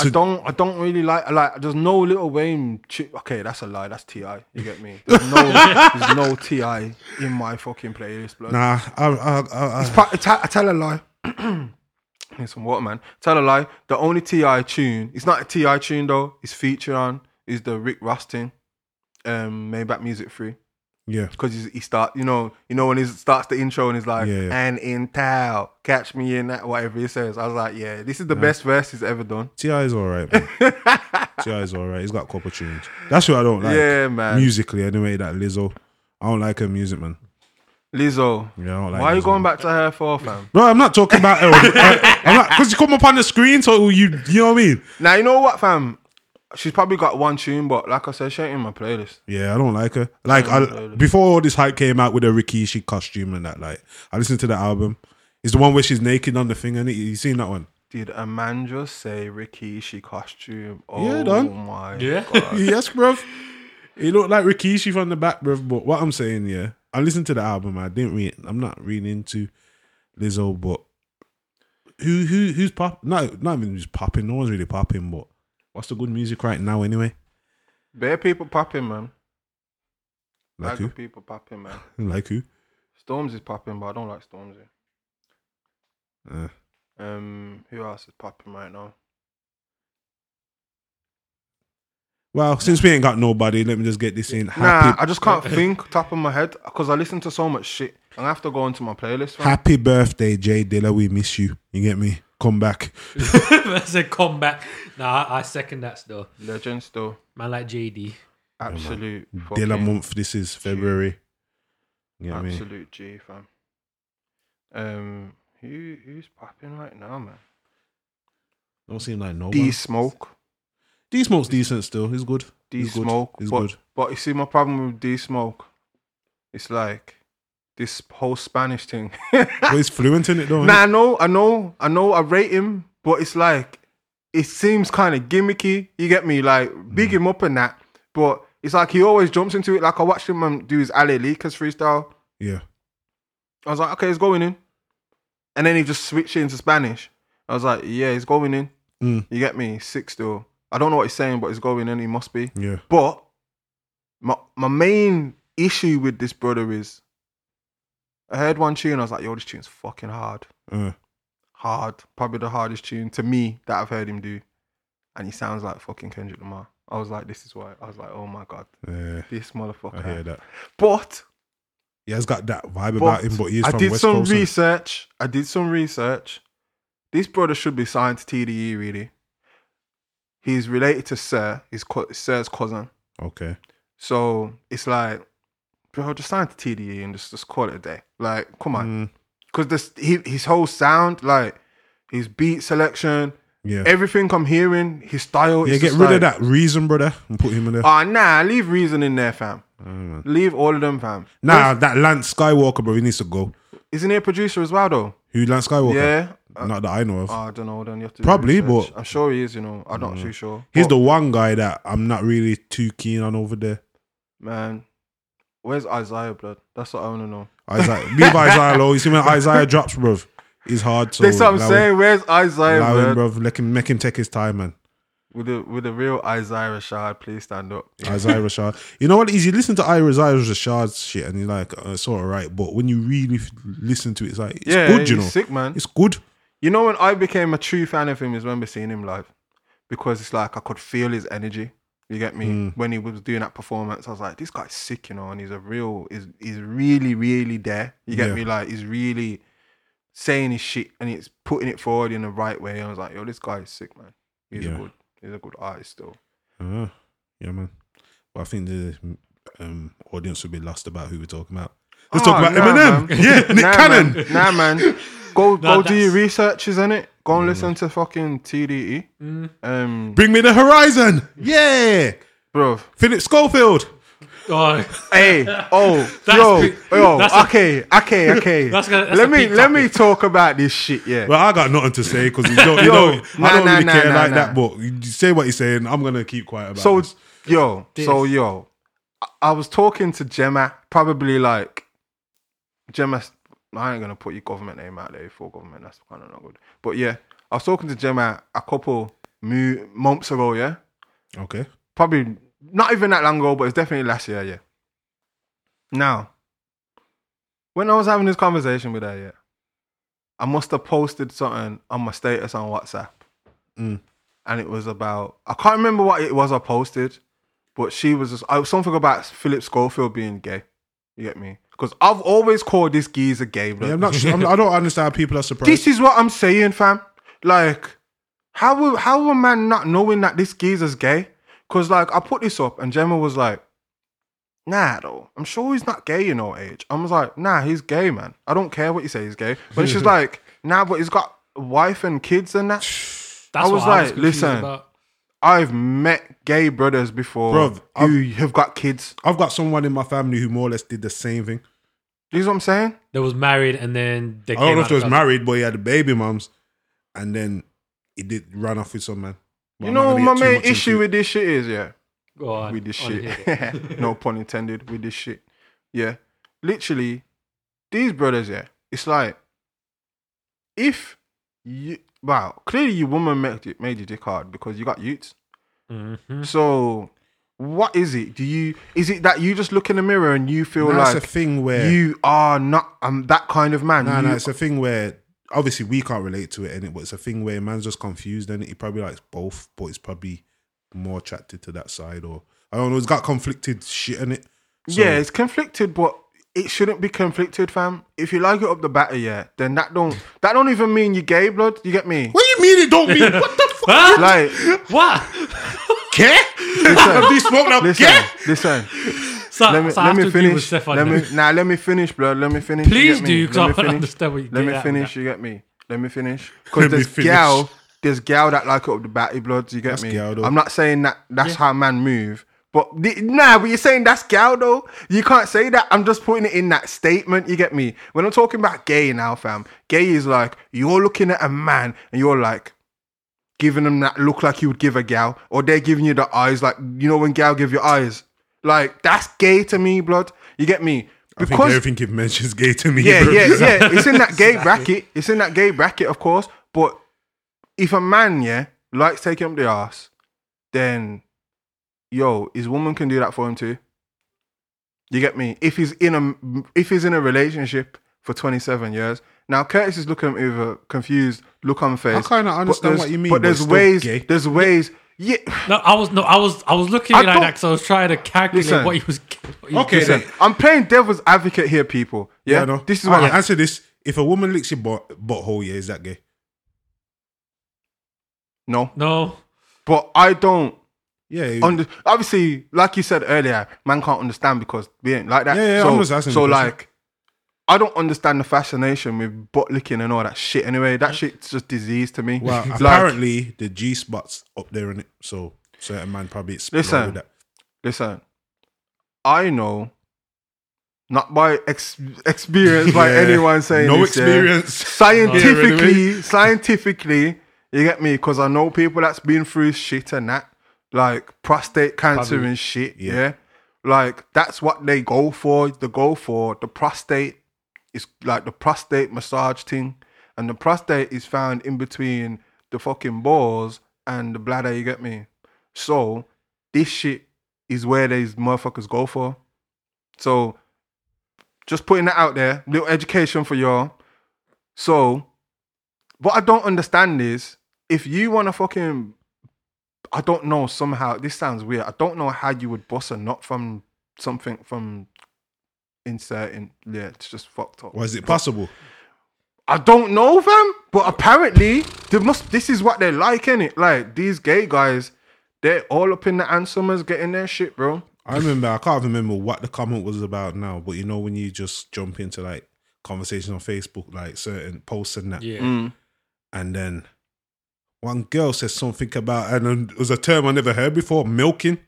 [SPEAKER 4] I don't. I don't really like. Like, there's no little Wayne. Chi- okay, that's a lie. That's Ti. You get me? There's no, there's no Ti in my fucking playlist, blood.
[SPEAKER 3] Nah, I, I, I,
[SPEAKER 4] It's
[SPEAKER 3] I,
[SPEAKER 4] pa- I, te- I tell a lie. Need some water, man. Tell a lie. The only Ti tune. It's not a Ti tune though. It's featured on. Is the Rick Rustin, um, Maybach Music Free.
[SPEAKER 3] yeah,
[SPEAKER 4] Because he start, you know, you know when he starts the intro and he's like,
[SPEAKER 3] Yeah, yeah.
[SPEAKER 4] "And in town, catch me in that," whatever he says. I was like, "Yeah, this is the best verse he's ever done."
[SPEAKER 3] Ti is all right. man. Ti is all right. He's got a couple tunes. That's what I don't like.
[SPEAKER 4] Yeah, man.
[SPEAKER 3] Musically, anyway, that Lizzo. I don't like her music, man.
[SPEAKER 4] Lizzo.
[SPEAKER 3] Yeah, I don't like
[SPEAKER 4] Why are you
[SPEAKER 3] Lizzo.
[SPEAKER 4] going back to her for, fam?
[SPEAKER 3] Bro, I'm not talking about her. I, am not because you come up on the screen, so you you know what I mean.
[SPEAKER 4] Now you know what, fam. She's probably got one tune, but like I said, she ain't in my playlist.
[SPEAKER 3] Yeah, I don't like her. Like I, before all this hype came out with her Rikishi costume and that, like I listened to the album. It's the one where she's naked on the thing, and you seen that one?
[SPEAKER 4] Did a man just say Rikishi costume? Oh
[SPEAKER 3] Yeah, done.
[SPEAKER 4] my
[SPEAKER 2] Yeah.
[SPEAKER 4] god.
[SPEAKER 3] yes, bruv. He looked like Rikishi from the back, bruv. But what I'm saying, yeah, I I listened to the album. I didn't read. I'm not really into Lizzo, but who who who's pop? No, not even just popping. No one's really popping. But what's the good music right now anyway?
[SPEAKER 4] Bare people popping, man.
[SPEAKER 3] Like
[SPEAKER 4] Like
[SPEAKER 3] who?
[SPEAKER 4] people popping, man.
[SPEAKER 3] Like who?
[SPEAKER 4] Storms is popping, but I don't like Stormzy.
[SPEAKER 3] Uh,
[SPEAKER 4] Um, who else is popping right now?
[SPEAKER 3] well, since we ain't got nobody, let me just get this in.
[SPEAKER 4] Nah,
[SPEAKER 3] Happy,
[SPEAKER 4] I just can't think top of my head because I listen to so much shit. I'm gonna have to go into my playlist. Man.
[SPEAKER 3] happy birthday, Jay Dilla. We miss you. You get me? Come back.
[SPEAKER 2] I said come back. Nah, I, I second that still.
[SPEAKER 4] Legends though,
[SPEAKER 2] Man like JD.
[SPEAKER 4] absolute fucking,
[SPEAKER 3] Dilla month. This is February. You get me?
[SPEAKER 4] absolute G fam. Um, who who's popping right now, man?
[SPEAKER 3] Don't seem like no
[SPEAKER 4] D
[SPEAKER 3] one.
[SPEAKER 4] Smoke,
[SPEAKER 3] D Smoke's decent still. He's good.
[SPEAKER 4] D
[SPEAKER 3] He's good.
[SPEAKER 4] Smoke,
[SPEAKER 3] He's
[SPEAKER 4] but
[SPEAKER 3] good.
[SPEAKER 4] but you see my problem with D Smoke, it's like this whole Spanish thing.
[SPEAKER 3] But he's fluent in it though.
[SPEAKER 4] Nah, I know, I know, I know. I rate him, but it's like it seems kind of gimmicky. You get me? Like big him up and that, but it's like he always jumps into it. Like I watched him um, do his Ali Leakers freestyle.
[SPEAKER 3] Yeah.
[SPEAKER 4] I was like, okay, he's going in, and then he just switched it into Spanish. I was like, yeah, he's going in.
[SPEAKER 3] Mm.
[SPEAKER 4] You get me? Six still. I don't know what he's saying, but he's going in. He must be.
[SPEAKER 3] Yeah.
[SPEAKER 4] But my my main issue with this brother is, I heard one tune. I was like, yo, this tune's fucking hard
[SPEAKER 3] Uh,
[SPEAKER 4] hard, probably the hardest tune to me that I've heard him do. And he sounds like fucking Kendrick Lamar. I was like, this is why. I was like, oh my God,
[SPEAKER 3] yeah.
[SPEAKER 4] this
[SPEAKER 3] I hear
[SPEAKER 4] motherfucker.
[SPEAKER 3] that.
[SPEAKER 4] But,
[SPEAKER 3] He has got that vibe
[SPEAKER 4] but
[SPEAKER 3] about him, but he's
[SPEAKER 4] I
[SPEAKER 3] from
[SPEAKER 4] did
[SPEAKER 3] West
[SPEAKER 4] some
[SPEAKER 3] Coast. and-
[SPEAKER 4] research. I did some research. This brother should be signed to TDE, really. He's related to Sir, his co- Sir's cousin.
[SPEAKER 3] okay.
[SPEAKER 4] So it's like, bro, just sign to TDE and just, just call it a day. Like, come on.
[SPEAKER 3] Mm,
[SPEAKER 4] Because this he, his whole sound, like his beat selection,
[SPEAKER 3] yeah.
[SPEAKER 4] everything I'm hearing, his style.
[SPEAKER 3] yeah,
[SPEAKER 4] is
[SPEAKER 3] get
[SPEAKER 4] just
[SPEAKER 3] rid
[SPEAKER 4] like,
[SPEAKER 3] of that reason, brother, and put him in there.
[SPEAKER 4] Ah, nah, leave reason in there, fam.
[SPEAKER 3] Oh, man.
[SPEAKER 4] Leave all of them, fam.
[SPEAKER 3] nah, that Lance Skywalker, bro, he needs to go.
[SPEAKER 4] Isn't he a producer as well, though?
[SPEAKER 3] Who Lance Skywalker?
[SPEAKER 4] Yeah. Uh,
[SPEAKER 3] Not that I know of.
[SPEAKER 4] I don't know. Then you have to do
[SPEAKER 3] Probably,
[SPEAKER 4] research.
[SPEAKER 3] but- Mm.
[SPEAKER 4] I'm sure he is. You know, I'm not too sure.
[SPEAKER 3] he's
[SPEAKER 4] But,
[SPEAKER 3] the one guy that I'm not really too keen on over there.
[SPEAKER 4] man. Where's Isaiah, blood? That's what I want to know.
[SPEAKER 3] Isaiah, leave Isaiah low. You see when Isaiah drops, bro, he's hard to.
[SPEAKER 4] That's what I'm
[SPEAKER 3] allow him-
[SPEAKER 4] saying. Where's Isaiah,
[SPEAKER 3] Allow him,
[SPEAKER 4] blood?
[SPEAKER 3] bro. Let him, make him take his time, man.
[SPEAKER 4] With the with the real Isaiah Rashad, please stand up.
[SPEAKER 3] Isaiah Rashad. You know what it is? You listen to Isaiah Rashad's shit and you're like, oh, it's all right. But when you really f- listen to it, it's like, it's
[SPEAKER 4] yeah,
[SPEAKER 3] good, you
[SPEAKER 4] he's
[SPEAKER 3] know.
[SPEAKER 4] sick, man.
[SPEAKER 3] It's good.
[SPEAKER 4] You know when I became a true fan of him is when we seen him live, because it's like I could feel his energy. You get me?
[SPEAKER 3] Mm.
[SPEAKER 4] When he was doing that performance, I was like, this guy's sick, you know, and he's a real, is he's really, really there. You get
[SPEAKER 3] Yeah.
[SPEAKER 4] me? Like he's really saying his shit and it's putting it forward in the right way. And I was like, yo, this guy is sick, man. He's
[SPEAKER 3] Yeah.
[SPEAKER 4] a good, he's a good artist still.
[SPEAKER 3] Uh, yeah, man. But I think the um, audience would be lost about who we're talking about. Let's
[SPEAKER 4] Oh,
[SPEAKER 3] talk about
[SPEAKER 4] nah,
[SPEAKER 3] Eminem.
[SPEAKER 4] man.
[SPEAKER 3] Yeah, Nick
[SPEAKER 4] nah,
[SPEAKER 3] Cannon.
[SPEAKER 4] man. Nah, man. Go, go do
[SPEAKER 2] that's-
[SPEAKER 4] your researches in it. Go and listen to fucking TDE. Um,
[SPEAKER 3] Bring me the horizon. Yeah.
[SPEAKER 4] bro.
[SPEAKER 3] Philip Schofield.
[SPEAKER 2] Oh,
[SPEAKER 4] Hey, oh, yo,
[SPEAKER 2] pre-
[SPEAKER 4] yo,
[SPEAKER 2] that's a-
[SPEAKER 4] okay, okay, okay.
[SPEAKER 2] That's gonna- that's
[SPEAKER 4] let
[SPEAKER 2] a
[SPEAKER 4] me
[SPEAKER 2] big
[SPEAKER 4] let me talk about this shit, yeah.
[SPEAKER 3] Well, I got nothing to say because you don't, you
[SPEAKER 4] Yo,
[SPEAKER 3] know, I
[SPEAKER 4] nah,
[SPEAKER 3] don't
[SPEAKER 4] nah,
[SPEAKER 3] really
[SPEAKER 4] nah,
[SPEAKER 3] care
[SPEAKER 4] nah,
[SPEAKER 3] like that.
[SPEAKER 4] nah.
[SPEAKER 3] But you say what you're saying. I'm going to keep quiet about
[SPEAKER 4] so,
[SPEAKER 3] this.
[SPEAKER 4] yo,
[SPEAKER 2] This.
[SPEAKER 4] so yo, I- I was talking to Gemma, probably like Gemma. I ain't gonna put your government name out there for government. That's kind of not good. But yeah, I was talking to Gemma a couple mo- months ago, yeah.
[SPEAKER 3] Okay.
[SPEAKER 4] probably not even that long ago, but it's definitely last year, yeah. Now, when I was having this conversation with her, yeah, I must have posted something on my status on WhatsApp.
[SPEAKER 3] Mm.
[SPEAKER 4] And it was about, I can't remember what it was I posted, but she was just, I was something about Philip Schofield being gay. You get me? Because I've always called this geezer gay, bro.
[SPEAKER 3] Yeah, I'm not. sure- I'm, I don't understand how people are surprised.
[SPEAKER 4] This is what I'm saying, fam. Like, how will how will man not knowing that this geezer's gay? Cause like I put this up and Gemma was like, Nah, though. I'm sure he's not gay in old age. I was like, Nah, he's gay, man. I don't care what you say, he's gay. But she's like, Nah, but he's got a wife and kids and that.
[SPEAKER 2] that's
[SPEAKER 4] I
[SPEAKER 2] what
[SPEAKER 4] was
[SPEAKER 2] I
[SPEAKER 4] like,
[SPEAKER 2] was confused
[SPEAKER 4] listen.
[SPEAKER 2] About.
[SPEAKER 4] I've met gay brothers before
[SPEAKER 3] Bruv,
[SPEAKER 4] who have got kids.
[SPEAKER 3] I've got someone in my family who more or less did the same thing.
[SPEAKER 4] You know what I'm saying?
[SPEAKER 2] They was married and then they
[SPEAKER 3] I don't
[SPEAKER 2] came
[SPEAKER 3] know
[SPEAKER 2] out
[SPEAKER 3] if they was
[SPEAKER 2] of-
[SPEAKER 3] married, but he had a baby mums, and then he did run off with some man. But
[SPEAKER 4] You
[SPEAKER 3] I'm
[SPEAKER 4] know
[SPEAKER 3] not
[SPEAKER 4] what
[SPEAKER 3] gonna
[SPEAKER 4] my
[SPEAKER 3] get too
[SPEAKER 4] main
[SPEAKER 3] much
[SPEAKER 4] issue
[SPEAKER 3] into it.
[SPEAKER 4] with this shit is, yeah.
[SPEAKER 2] Go on,
[SPEAKER 4] with this
[SPEAKER 2] on here.
[SPEAKER 4] shit. no pun intended. With this shit, yeah. literally, these brothers here, it's like, if you, wow, clearly your woman made, it, made your dick hard because you got youths.
[SPEAKER 2] Mhm.
[SPEAKER 4] So, what is it? Do you, is it that you just look in the mirror and you feel
[SPEAKER 3] That's a
[SPEAKER 4] like
[SPEAKER 3] thing where
[SPEAKER 4] you are not um, that kind of man?
[SPEAKER 3] No,
[SPEAKER 4] You-
[SPEAKER 3] no, it's a thing where obviously we can't relate to it, and it, but it's a thing where man's just confused, and he probably likes both, but he's probably more attracted to that side, or I don't know, it's got conflicted shit in it. So,
[SPEAKER 4] yeah, it's conflicted, but it shouldn't be conflicted, fam. If you like it up the batter, yeah, then that don't that don't even mean you gay blood. You get me?
[SPEAKER 3] What do you mean it don't mean? What the fuck?
[SPEAKER 2] Huh?
[SPEAKER 4] Like,
[SPEAKER 2] what?
[SPEAKER 3] Care? Have you smoked up?
[SPEAKER 4] listen,
[SPEAKER 3] Care?
[SPEAKER 4] listen.
[SPEAKER 2] So,
[SPEAKER 4] Let me
[SPEAKER 2] so I have
[SPEAKER 4] let
[SPEAKER 2] to
[SPEAKER 4] me
[SPEAKER 2] agree with
[SPEAKER 4] finish.
[SPEAKER 2] Stefan.
[SPEAKER 4] Let me
[SPEAKER 2] then.
[SPEAKER 4] now. let me finish, blood. Let me finish. you
[SPEAKER 2] Please
[SPEAKER 4] get
[SPEAKER 2] do,
[SPEAKER 4] me?
[SPEAKER 2] 'cause
[SPEAKER 4] Let
[SPEAKER 2] I
[SPEAKER 4] me
[SPEAKER 2] don't
[SPEAKER 4] finish.
[SPEAKER 2] understand what you
[SPEAKER 4] Let
[SPEAKER 2] get
[SPEAKER 4] me
[SPEAKER 2] at with
[SPEAKER 4] finish.
[SPEAKER 2] that.
[SPEAKER 4] You get me? Let me finish.
[SPEAKER 3] Let
[SPEAKER 4] Because
[SPEAKER 3] me
[SPEAKER 4] there's
[SPEAKER 3] finish.
[SPEAKER 4] gal, there's gal that like it up the batty bloods. You get me?
[SPEAKER 3] gal, though.
[SPEAKER 4] I'm not saying that that's how man move, but the, nah, but you're saying that's gal though. You can't say that. I'm just putting it in that statement. You get me? When I'm talking about gay now, fam, gay is like you're looking at a man and you're like. Giving them that look like you would give a gal, or they're giving you the eyes like you know when gal give you eyes, like that's gay to me, blood. You get me?
[SPEAKER 3] I think everything he mentions gay to me.
[SPEAKER 4] Yeah,
[SPEAKER 3] bro.
[SPEAKER 4] yeah, yeah. It's in that gay bracket. It's in that gay bracket, of course. But if a man, yeah, likes taking up the ass, then yo, his woman can do that for him too. You get me? If he's in a if he's in a relationship for 27 years. Now Curtis is looking with a confused look on face.
[SPEAKER 3] kinda
[SPEAKER 4] but
[SPEAKER 3] understand
[SPEAKER 4] there's-
[SPEAKER 3] what you mean,
[SPEAKER 4] But
[SPEAKER 3] but
[SPEAKER 4] there's
[SPEAKER 3] still
[SPEAKER 4] ways
[SPEAKER 3] gay.
[SPEAKER 4] there's ways yeah
[SPEAKER 2] No, I was no, I was I was looking
[SPEAKER 4] I
[SPEAKER 2] at that
[SPEAKER 4] don't-
[SPEAKER 2] because I was trying to calculate
[SPEAKER 4] Listen.
[SPEAKER 2] what he was. What he was
[SPEAKER 3] Okay,
[SPEAKER 2] doing.
[SPEAKER 3] then.
[SPEAKER 4] I'm playing devil's advocate here, people. Yeah,
[SPEAKER 3] I know.
[SPEAKER 4] this is what
[SPEAKER 3] Alright,
[SPEAKER 4] I'm
[SPEAKER 3] answer this. If a woman licks your butt, butthole, yeah, is that gay?
[SPEAKER 4] no.
[SPEAKER 2] No,
[SPEAKER 4] But I don't
[SPEAKER 3] Yeah,
[SPEAKER 4] Under, obviously, like you said earlier, man can't understand because we ain't like that.
[SPEAKER 3] Yeah, yeah,
[SPEAKER 4] so,
[SPEAKER 3] I'm just asking
[SPEAKER 4] so
[SPEAKER 3] the question.
[SPEAKER 4] like, I don't understand the fascination with butt licking and all that shit. Anyway, that shit's just disease to me.
[SPEAKER 3] Well,
[SPEAKER 4] Like,
[SPEAKER 3] apparently the G spot's up there in it, so certain man probably explode
[SPEAKER 4] Listen.
[SPEAKER 3] with that.
[SPEAKER 4] listen, I know, not by ex- experience, by
[SPEAKER 3] Yeah.
[SPEAKER 4] anyone saying
[SPEAKER 3] no
[SPEAKER 4] this, yeah.
[SPEAKER 3] experience.
[SPEAKER 4] scientifically,
[SPEAKER 3] Yeah,
[SPEAKER 4] scientifically, you get me? Because I know people that's been through shit and that, like prostate cancer
[SPEAKER 2] Probably.
[SPEAKER 4] and shit. Yeah.
[SPEAKER 3] Yeah.
[SPEAKER 4] like that's what they go for. The go for the prostate is like the prostate massage thing, and the prostate is found in between the fucking balls and the bladder. You get me? So this shit is where these motherfuckers go for. So just putting that out there, little education for y'all. So, what I don't understand is if you want to fucking, I don't know somehow. This sounds weird. I don't know how you would bust a nut from something from inserting. Yeah, it's just fucked up.
[SPEAKER 3] Was it possible?
[SPEAKER 4] I don't know, fam. But apparently, they must. This is what they're like, innit? Like these gay guys, they're all up in the ansomers getting their shit, bro.
[SPEAKER 3] I remember. I can't remember what the comment was about now, but you know when you just jump into like conversation on Facebook, like certain posts and that,
[SPEAKER 4] Mm.
[SPEAKER 2] yeah,
[SPEAKER 3] and then one girl says something about, and then it was a term I never heard before, milking.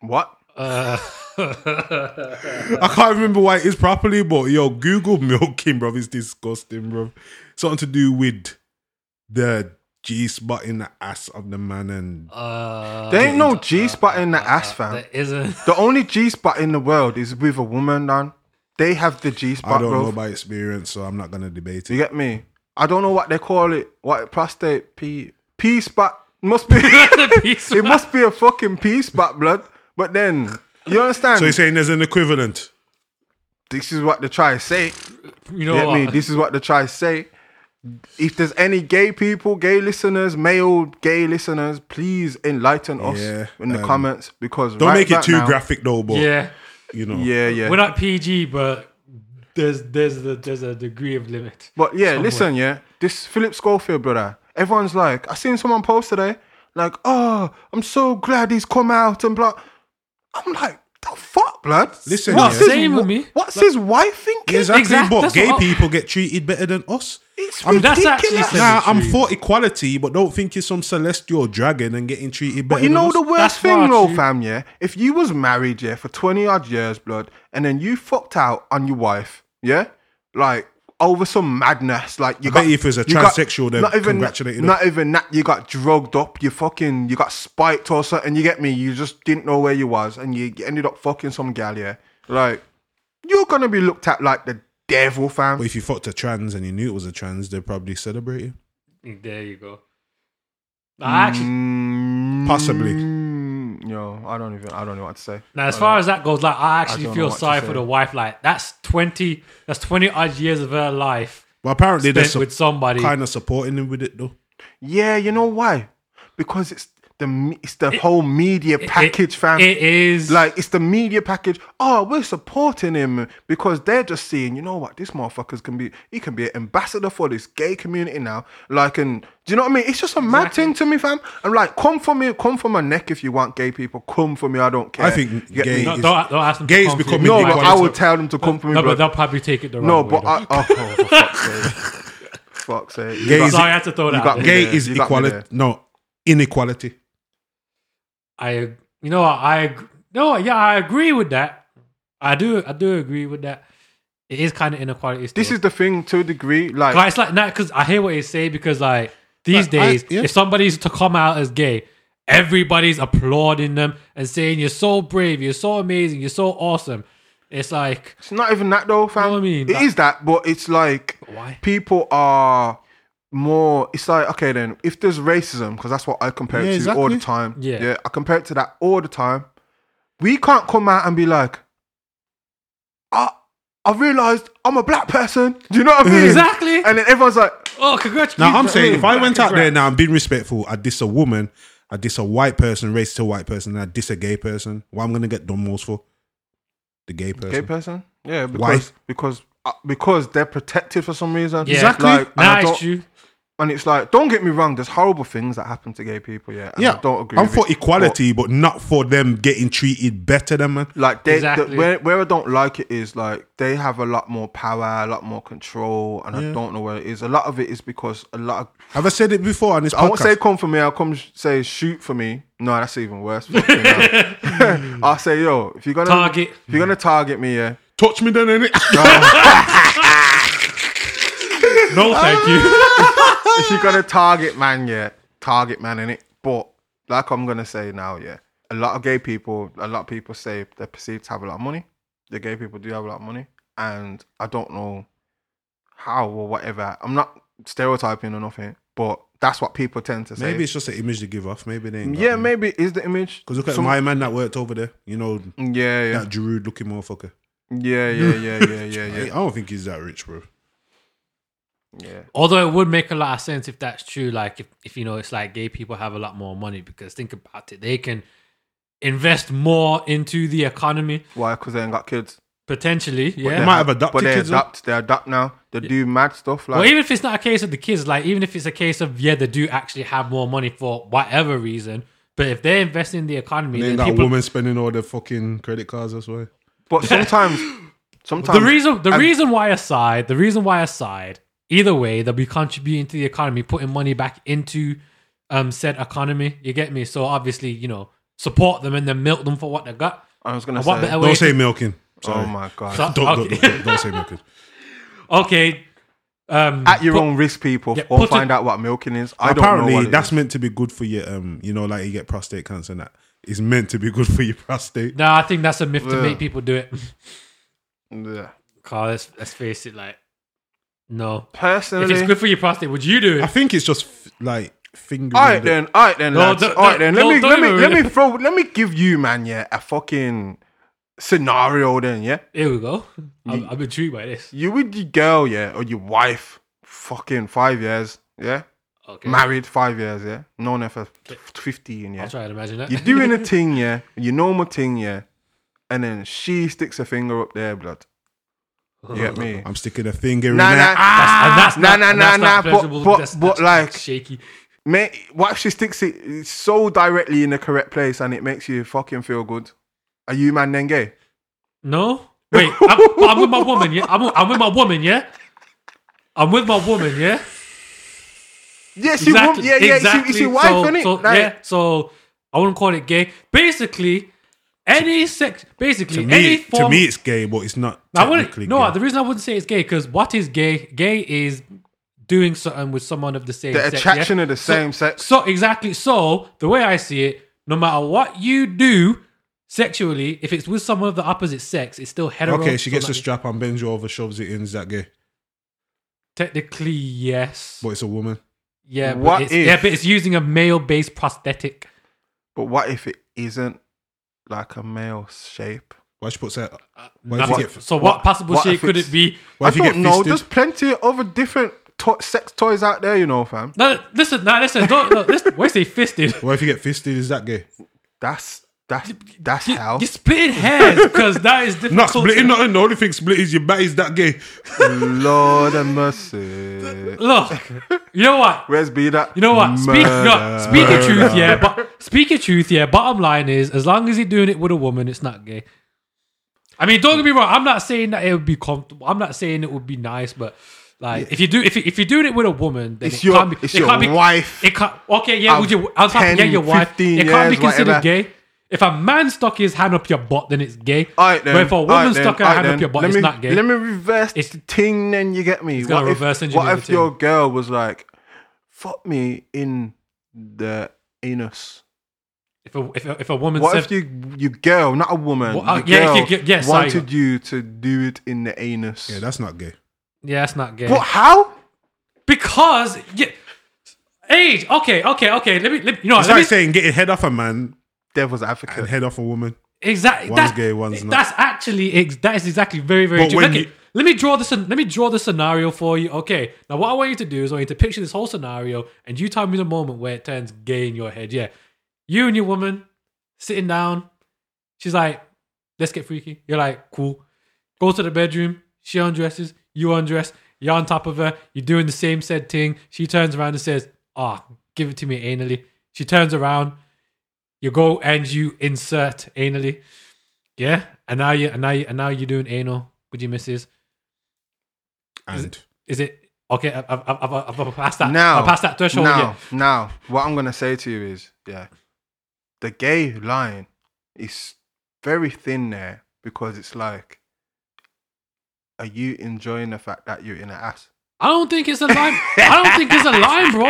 [SPEAKER 4] What?
[SPEAKER 2] uh,
[SPEAKER 3] I can't remember why it is properly, but yo, Google milking, bro. It's disgusting, bro. Something to do with the G spot in the ass of the man and
[SPEAKER 2] uh,
[SPEAKER 4] There ain't no G spot in the ass, fam.
[SPEAKER 2] There isn't.
[SPEAKER 4] The only G spot in the world is with a woman, man. They have the G
[SPEAKER 3] I
[SPEAKER 4] spot,
[SPEAKER 3] don't
[SPEAKER 4] bro.
[SPEAKER 3] know by experience, so I'm not gonna debate
[SPEAKER 4] you
[SPEAKER 3] it.
[SPEAKER 4] get me? I don't know what they call it. What prostate P P spot must be.
[SPEAKER 2] The P spot.
[SPEAKER 4] it must be a fucking P spot, blood. But then you understand?
[SPEAKER 3] So you're saying there's an equivalent?
[SPEAKER 4] this is what they try to say.
[SPEAKER 2] You
[SPEAKER 4] You
[SPEAKER 2] know
[SPEAKER 4] get
[SPEAKER 2] what?
[SPEAKER 4] me? This is what they try to say. If there's any gay people, gay listeners, male gay listeners, please enlighten us
[SPEAKER 3] Yeah,
[SPEAKER 4] in the
[SPEAKER 3] um,
[SPEAKER 4] comments because
[SPEAKER 3] Don't
[SPEAKER 4] right
[SPEAKER 3] make it
[SPEAKER 4] back
[SPEAKER 3] too
[SPEAKER 4] now-
[SPEAKER 3] graphic though, but
[SPEAKER 2] yeah,
[SPEAKER 3] you know.
[SPEAKER 4] Yeah, yeah.
[SPEAKER 2] we're not PG, but there's there's the, there's a degree of limit.
[SPEAKER 4] But yeah, listen, yeah, this Philip Schofield brother. Everyone's like, I seen someone post today, like, oh, I'm so glad he's come out and blah. I'm like, the fuck, blood.
[SPEAKER 3] Listen,
[SPEAKER 2] What?
[SPEAKER 3] yeah.
[SPEAKER 2] Say- Same with me.
[SPEAKER 4] What's his wife thinking?
[SPEAKER 3] Exactly,
[SPEAKER 2] Exact-
[SPEAKER 3] but
[SPEAKER 2] that's
[SPEAKER 3] gay
[SPEAKER 2] what I-
[SPEAKER 3] people get treated better than us.
[SPEAKER 4] It's
[SPEAKER 3] I'm-
[SPEAKER 2] Um, That's
[SPEAKER 4] ridiculous.
[SPEAKER 2] actually sad.
[SPEAKER 3] Nah, I'm
[SPEAKER 2] Cemetery.
[SPEAKER 3] for equality, but don't think you're some celestial dragon and getting treated better.
[SPEAKER 4] But you know the
[SPEAKER 3] than us.
[SPEAKER 4] worst
[SPEAKER 2] That's why I
[SPEAKER 4] thing though,
[SPEAKER 2] choose-
[SPEAKER 4] fam, yeah? If you was married, yeah, for 20 odd years, blood, and then you fucked out on your wife, yeah? Like, over some madness, like you
[SPEAKER 3] I
[SPEAKER 4] got
[SPEAKER 3] bet if it was a
[SPEAKER 4] you got-
[SPEAKER 3] transsexual, they'd congratulate them.
[SPEAKER 4] Not even that, you got drugged up, you fucking, you got spiked or something. You get me? You just didn't know where you was, and you ended up fucking some gal, yeah. Like, you're gonna be looked at like the devil, fam.
[SPEAKER 3] But if you fucked a trans and you knew it was a trans, they'd probably celebrate you.
[SPEAKER 2] There you go. I actually,
[SPEAKER 3] Possibly.
[SPEAKER 4] Mm, Yo, I don't even. I don't know what to say.
[SPEAKER 2] now as far as that goes, like I actually
[SPEAKER 4] Oh. don't know
[SPEAKER 2] feel
[SPEAKER 4] what to
[SPEAKER 2] sorry
[SPEAKER 4] say.
[SPEAKER 2] for the wife. Like that's twenty, that's twenty odd years of her life
[SPEAKER 3] Well, apparently they're
[SPEAKER 2] spent with somebody.
[SPEAKER 3] kind of supporting him with it though.
[SPEAKER 4] Yeah, you know why? Because it's the me- it's the whole media package,
[SPEAKER 2] It-
[SPEAKER 4] fam.
[SPEAKER 2] It is
[SPEAKER 4] like it's the media package. Oh, we're supporting him because they're just seeing. You know what? This motherfucker's can be. He can be an ambassador for this gay community now. Like, and do you know what I mean? It's just a mad thing to me, fam. And like, come for me, come for my neck if you want gay people. Come for me. I don't care.
[SPEAKER 3] I think
[SPEAKER 4] You get
[SPEAKER 3] gay
[SPEAKER 4] me?
[SPEAKER 2] No,
[SPEAKER 3] is-
[SPEAKER 2] don't, don't ask them.
[SPEAKER 3] gays
[SPEAKER 2] to come
[SPEAKER 3] become
[SPEAKER 2] for you.
[SPEAKER 4] No,
[SPEAKER 3] media
[SPEAKER 4] but
[SPEAKER 3] equality.
[SPEAKER 4] I would tell them to come for me.
[SPEAKER 2] No,
[SPEAKER 4] bro.
[SPEAKER 2] but they'll probably take it the wrong
[SPEAKER 4] No,
[SPEAKER 2] way.
[SPEAKER 4] but
[SPEAKER 2] though.
[SPEAKER 4] I, oh, oh, for fuck's sake. fuck's sake. You
[SPEAKER 3] Gay
[SPEAKER 4] got-
[SPEAKER 3] is-
[SPEAKER 2] Sorry, I had to throw that.
[SPEAKER 4] got
[SPEAKER 2] out there.
[SPEAKER 4] gay-
[SPEAKER 3] Gay
[SPEAKER 4] Yeah,
[SPEAKER 3] is
[SPEAKER 4] you got me
[SPEAKER 3] equality.
[SPEAKER 4] there.
[SPEAKER 3] No, inequality.
[SPEAKER 2] I, you know, what, I ag- no, yeah, I agree with that. I do, I do agree with that. It is kind of inequality. Still.
[SPEAKER 4] this is the thing to a degree. Like,
[SPEAKER 2] Like, it's like that because I hear what you say because like these
[SPEAKER 3] Like, I-
[SPEAKER 2] days,
[SPEAKER 3] yeah.
[SPEAKER 2] if somebody's to come out as gay, everybody's applauding them and saying you're so brave, you're so amazing, you're so awesome. It's like
[SPEAKER 4] It's not even that though, fam.
[SPEAKER 2] know what I mean?
[SPEAKER 4] It
[SPEAKER 2] That-
[SPEAKER 4] is that, but it's like
[SPEAKER 2] Why?
[SPEAKER 4] people are more. It's like okay, then if there's racism, because that's what I compare it
[SPEAKER 3] Yeah,
[SPEAKER 4] to all
[SPEAKER 3] exactly.
[SPEAKER 4] the time.
[SPEAKER 2] Yeah.
[SPEAKER 4] I compare it to that all the time. We can't come out and be like, I, I realized I'm a black person. Do you know what I mean?
[SPEAKER 2] Exactly.
[SPEAKER 4] And then everyone's like,
[SPEAKER 2] oh, congratulations.
[SPEAKER 3] Hmm. Now I'm saying if I went out there now and being respectful, I diss a woman, I diss a white person, race to white person, and I diss a gay person. What I'm gonna get done most for? The gay person.
[SPEAKER 4] gay person? Yeah, because
[SPEAKER 3] Why?
[SPEAKER 4] because uh, because they're protected for some reason.
[SPEAKER 2] Yeah. Exactly.
[SPEAKER 4] Like, and I
[SPEAKER 2] nice,
[SPEAKER 4] don't-
[SPEAKER 2] Jew.
[SPEAKER 4] And it's like, don't get me wrong, there's horrible things that happen to gay people, yeah. and
[SPEAKER 3] yeah,
[SPEAKER 4] I don't agree.
[SPEAKER 3] I'm
[SPEAKER 4] with
[SPEAKER 3] for
[SPEAKER 4] it,
[SPEAKER 3] equality, but not for them getting treated better than man.
[SPEAKER 4] but, like, they,
[SPEAKER 2] Exactly.
[SPEAKER 4] the, where, where I don't like it is like they have a lot more power, a lot more control, and I don't know where it is. A lot of it is because a lot of
[SPEAKER 3] Have I said it before on this
[SPEAKER 4] I won't
[SPEAKER 3] podcast?
[SPEAKER 4] say come for me. I'll come sh- say shoot for me. No, that's even worse. fucking hell. I'll say yo, if you're gonna
[SPEAKER 2] Target.
[SPEAKER 4] if you're gonna target me, yeah.
[SPEAKER 3] Touch me then, innit?
[SPEAKER 2] No, thank you.
[SPEAKER 4] if you're gonna target man, yeah, target man in it. But like I'm gonna say now, yeah, a lot of gay people, a lot of people say they're perceived to have a lot of money. The gay people do have a lot of money, and I don't know how or whatever. I'm not stereotyping or nothing, but that's what people tend to say.
[SPEAKER 3] Maybe it's just an image they give off. Maybe they ain't
[SPEAKER 4] yeah, maybe it is the image.
[SPEAKER 3] Because look at
[SPEAKER 4] Some-
[SPEAKER 3] my man that worked over there. You know
[SPEAKER 4] yeah, yeah,
[SPEAKER 3] that Giroud looking motherfucker.
[SPEAKER 4] yeah, yeah, yeah, yeah, yeah,
[SPEAKER 3] I
[SPEAKER 4] yeah,
[SPEAKER 3] don't think he's that rich, bro.
[SPEAKER 4] yeah.
[SPEAKER 2] Although it would make a lot of sense if that's true. Like if, if you know, it's like gay people have a lot more money because think about it, they can invest more into the economy
[SPEAKER 4] Why? Because they ain't got kids.
[SPEAKER 2] potentially.
[SPEAKER 3] They
[SPEAKER 2] Yeah.
[SPEAKER 3] might have
[SPEAKER 4] But
[SPEAKER 3] adopted
[SPEAKER 4] they
[SPEAKER 3] kids. though.
[SPEAKER 4] adopt. They adopt now. They do mad stuff like.
[SPEAKER 2] Well, even if it's not a case of the kids, like even if it's a case of yeah, they do actually have more money for whatever reason, but if they're investing in the economy,
[SPEAKER 3] They ain't
[SPEAKER 2] then
[SPEAKER 3] got
[SPEAKER 2] people.
[SPEAKER 3] a woman spending all their fucking credit cards. That's why.
[SPEAKER 4] but sometimes, sometimes
[SPEAKER 2] The reason, the
[SPEAKER 4] and-
[SPEAKER 2] reason why aside, the reason why aside, either way, they'll be contributing to the economy, putting money back into um said economy. You get me? So obviously, you know, support them and then milk them for what they got.
[SPEAKER 4] I was gonna
[SPEAKER 2] What
[SPEAKER 4] say.
[SPEAKER 2] better way
[SPEAKER 3] Don't
[SPEAKER 2] to-
[SPEAKER 3] say milking.
[SPEAKER 4] Oh
[SPEAKER 3] Sorry.
[SPEAKER 4] my god.
[SPEAKER 2] So-
[SPEAKER 3] Don't, don't,
[SPEAKER 2] Oh. okay.
[SPEAKER 3] don't, don't, don't say milking.
[SPEAKER 2] okay. Um,
[SPEAKER 4] at your
[SPEAKER 2] put-
[SPEAKER 4] own risk, people,
[SPEAKER 2] Yeah,
[SPEAKER 4] or
[SPEAKER 2] put
[SPEAKER 4] find
[SPEAKER 2] it-
[SPEAKER 4] out what milking is. I don't know.
[SPEAKER 3] Apparently,
[SPEAKER 4] What it
[SPEAKER 3] that's
[SPEAKER 4] is.
[SPEAKER 3] meant to be good for your um. You know, like you get prostate cancer. and That it's meant to be good for your prostate.
[SPEAKER 2] No, I think that's a myth to
[SPEAKER 4] Yeah.
[SPEAKER 2] make people do it.
[SPEAKER 4] Yeah.
[SPEAKER 2] Carl, let's, let's face it, like, no. If
[SPEAKER 4] personally.
[SPEAKER 2] it's good for your prostate, would you do
[SPEAKER 3] I
[SPEAKER 2] it?
[SPEAKER 3] think it's just f- like fingering.
[SPEAKER 4] all right
[SPEAKER 3] the-
[SPEAKER 4] then, all right then,
[SPEAKER 2] No,
[SPEAKER 4] lads.
[SPEAKER 2] don't-
[SPEAKER 4] all right then. Let
[SPEAKER 2] don't-
[SPEAKER 4] me
[SPEAKER 2] don't
[SPEAKER 4] let me
[SPEAKER 2] even
[SPEAKER 4] let me
[SPEAKER 2] really-
[SPEAKER 4] throw let me give you man yeah a fucking scenario then yeah.
[SPEAKER 2] Here we go. I'm, I'm intrigued by this.
[SPEAKER 4] You with your girl yeah or your wife, fucking five years yeah,
[SPEAKER 2] Okay.
[SPEAKER 4] married five years yeah, known her for fifteen yeah.
[SPEAKER 2] I'll try to imagine that.
[SPEAKER 4] You're doing a thing yeah, your normal thing yeah, and then she sticks her finger up there, blood. You get me?
[SPEAKER 3] I'm sticking a finger
[SPEAKER 4] Nah,
[SPEAKER 3] in
[SPEAKER 4] nah,
[SPEAKER 3] that.
[SPEAKER 2] and that's
[SPEAKER 4] nah,
[SPEAKER 2] not,
[SPEAKER 4] nah,
[SPEAKER 2] and
[SPEAKER 4] nah,
[SPEAKER 2] that's
[SPEAKER 4] nah.
[SPEAKER 2] not
[SPEAKER 4] But,
[SPEAKER 2] pleasurable.
[SPEAKER 4] but,
[SPEAKER 2] that's,
[SPEAKER 4] but
[SPEAKER 2] that's
[SPEAKER 4] like,
[SPEAKER 2] shaky.
[SPEAKER 4] Mate, what if she sticks it so directly in the correct place and it makes you fucking feel good? Are you man then gay?
[SPEAKER 2] No, wait. I'm, but I'm with my woman. Yeah, I'm, I'm with my woman. Yeah, I'm with my woman. Yeah,
[SPEAKER 4] Yes, you woman. Yeah, yeah, it's your wife,
[SPEAKER 2] so,
[SPEAKER 4] innit?
[SPEAKER 2] so,
[SPEAKER 4] Like,
[SPEAKER 2] yeah, so I wouldn't call it gay. Basically, any sex. Basically,
[SPEAKER 3] To me,
[SPEAKER 2] any form.
[SPEAKER 3] to me, it's gay, but it's not
[SPEAKER 2] I wouldn't.
[SPEAKER 3] technically
[SPEAKER 2] No,
[SPEAKER 3] gay.
[SPEAKER 2] the reason I wouldn't say it's gay because what is gay? Gay is doing something with someone of the same.
[SPEAKER 4] The
[SPEAKER 2] sex, yeah?
[SPEAKER 4] attraction of the
[SPEAKER 2] So-
[SPEAKER 4] same sex.
[SPEAKER 2] So exactly. So the way I see it, no matter what you do, sexually, if it's with someone of the opposite sex, it's still hetero.
[SPEAKER 3] Okay, she
[SPEAKER 2] so
[SPEAKER 3] gets a
[SPEAKER 2] like,
[SPEAKER 3] strap on, bends you over, shoves it in. Is that gay?
[SPEAKER 2] Technically, yes.
[SPEAKER 3] But it's a woman.
[SPEAKER 2] yeah, but
[SPEAKER 4] What
[SPEAKER 2] it's,
[SPEAKER 4] if-
[SPEAKER 2] yeah, but it's using a male-based prosthetic.
[SPEAKER 4] But what if it isn't like a male shape?
[SPEAKER 3] Why she puts that? Why
[SPEAKER 2] That's-
[SPEAKER 3] she get?
[SPEAKER 2] so what,
[SPEAKER 4] what-
[SPEAKER 2] possible
[SPEAKER 4] what
[SPEAKER 2] shape
[SPEAKER 4] if
[SPEAKER 2] could
[SPEAKER 4] it's-
[SPEAKER 2] it be?
[SPEAKER 3] Why
[SPEAKER 4] I
[SPEAKER 3] if you get
[SPEAKER 4] don't know.
[SPEAKER 3] fisted?
[SPEAKER 4] There's plenty of other different to- sex toys out there, you know, fam.
[SPEAKER 2] No, listen, no, listen, don't, no, listen, when I say fisted,
[SPEAKER 3] Why if you get fisted? Is that gay?
[SPEAKER 4] That's that's that's
[SPEAKER 2] you,
[SPEAKER 4] how.
[SPEAKER 2] you're splitting hairs because that is different.
[SPEAKER 3] Not
[SPEAKER 2] So-
[SPEAKER 3] splitting. Not the only thing split is your back is that gay.
[SPEAKER 4] Lord have mercy.
[SPEAKER 2] Look, you know what?
[SPEAKER 4] Where's be that?
[SPEAKER 2] You know what? Speak, no, speak your truth, yeah. But speak your truth, yeah. Bottom line is, as long as you're doing it with a woman, it's not gay. I mean, don't get me wrong. I'm not saying that it would be comfortable. I'm not saying it would be nice, but like if you do, if, you- if you're doing it with a woman, then
[SPEAKER 4] It's
[SPEAKER 2] it
[SPEAKER 4] your-
[SPEAKER 2] can't be.
[SPEAKER 4] it's
[SPEAKER 2] it
[SPEAKER 4] your
[SPEAKER 2] can't be,
[SPEAKER 4] wife
[SPEAKER 2] It can't. Okay, yeah.
[SPEAKER 4] of
[SPEAKER 2] Would you? I was talking, yeah,
[SPEAKER 4] 10,
[SPEAKER 2] your wife.
[SPEAKER 4] 15
[SPEAKER 2] It can't be
[SPEAKER 4] years,
[SPEAKER 2] considered
[SPEAKER 4] whatever.
[SPEAKER 2] gay. If a man stuck his hand up your butt, then it's gay.
[SPEAKER 4] Alright then.
[SPEAKER 2] but if a woman
[SPEAKER 4] alright then,
[SPEAKER 2] stuck her
[SPEAKER 4] alright
[SPEAKER 2] hand
[SPEAKER 4] then.
[SPEAKER 2] up your butt,
[SPEAKER 4] let
[SPEAKER 2] it's
[SPEAKER 4] me,
[SPEAKER 2] not gay.
[SPEAKER 4] Let me reverse
[SPEAKER 2] It's-
[SPEAKER 4] the thing. Then you get me.
[SPEAKER 2] gotta
[SPEAKER 4] What if,
[SPEAKER 2] reverse engineer
[SPEAKER 4] what
[SPEAKER 2] the
[SPEAKER 4] if your
[SPEAKER 2] thing.
[SPEAKER 4] girl was like, "Fuck me in the anus"?
[SPEAKER 2] If a if a, if a woman
[SPEAKER 4] What
[SPEAKER 2] said,
[SPEAKER 4] if you your girl, not a woman,
[SPEAKER 2] Well, uh,
[SPEAKER 4] your
[SPEAKER 2] yeah, if
[SPEAKER 4] girl
[SPEAKER 2] you get- yeah, sorry.
[SPEAKER 4] wanted you to do it in the anus?
[SPEAKER 3] Yeah, that's not gay.
[SPEAKER 2] yeah, it's not gay.
[SPEAKER 4] but how?
[SPEAKER 2] Because yeah, age. Okay, okay, okay. Let me. Let, me- you know, what,
[SPEAKER 3] It's
[SPEAKER 2] let
[SPEAKER 3] like
[SPEAKER 2] me
[SPEAKER 3] saying getting head off a man
[SPEAKER 4] Devil's
[SPEAKER 3] and
[SPEAKER 4] advocate.
[SPEAKER 3] head off a woman.
[SPEAKER 2] exactly.
[SPEAKER 3] one's
[SPEAKER 2] that's,
[SPEAKER 3] gay, one's not.
[SPEAKER 2] That's actually ex- that is exactly very very
[SPEAKER 3] But
[SPEAKER 2] true.
[SPEAKER 3] when
[SPEAKER 2] Okay,
[SPEAKER 3] you-
[SPEAKER 2] let me draw this. Let me draw the scenario for you. Okay. Now what I want you to do is I want you to picture this whole scenario, and you tell me the moment where it turns gay in your head. Yeah, you and your woman sitting down. She's like, "Let's get freaky." You're like, "Cool." Go to the bedroom. She undresses. You undress. You're on top of her. You're doing the same said thing. She turns around and says, "Ah, give it to me anally." She turns around. You go and you insert anally. Yeah, and now you and now you, and now you're doing anal with your missus.
[SPEAKER 3] And
[SPEAKER 2] Is it okay? I've, I've, I've, I've, I've passed that.
[SPEAKER 4] Now,
[SPEAKER 2] I've passed that threshold.
[SPEAKER 4] now,
[SPEAKER 2] yeah.
[SPEAKER 4] now, what I'm gonna say to you is, yeah, the gay line is very thin there because it's like, are you enjoying the fact that you're in an ass?
[SPEAKER 2] I don't think it's a line. I don't think it's a line, bro.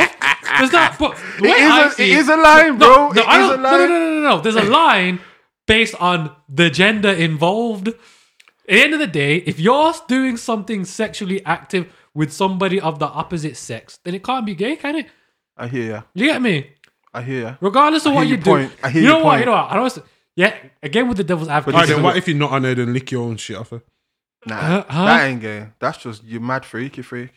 [SPEAKER 2] There's not. But the way
[SPEAKER 4] It is
[SPEAKER 2] I
[SPEAKER 4] a- it
[SPEAKER 2] see-
[SPEAKER 4] is a
[SPEAKER 2] No,
[SPEAKER 4] line, bro.
[SPEAKER 2] No,
[SPEAKER 4] It
[SPEAKER 2] I
[SPEAKER 4] is a
[SPEAKER 2] don't- no, no,
[SPEAKER 4] line.
[SPEAKER 2] no, no, no, no. There's a line based on the gender involved. At the end of the day, if you're doing something sexually active with somebody of the opposite sex, then it can't be gay, can it?
[SPEAKER 4] I hear ya.
[SPEAKER 2] You get me?
[SPEAKER 4] I hear ya.
[SPEAKER 2] Regardless of
[SPEAKER 4] I
[SPEAKER 2] what
[SPEAKER 4] hear
[SPEAKER 2] you
[SPEAKER 4] your
[SPEAKER 2] do,
[SPEAKER 4] point. I hear
[SPEAKER 2] you know
[SPEAKER 4] your
[SPEAKER 2] what?
[SPEAKER 4] point.
[SPEAKER 2] You know what? I don't. Yeah, again with the devil's advocate.
[SPEAKER 3] all right, then what if you're not on her? Then lick your own shit off her.
[SPEAKER 4] Nah,
[SPEAKER 2] Uh, huh?
[SPEAKER 4] that ain't gay. That's just you mad freaky freak.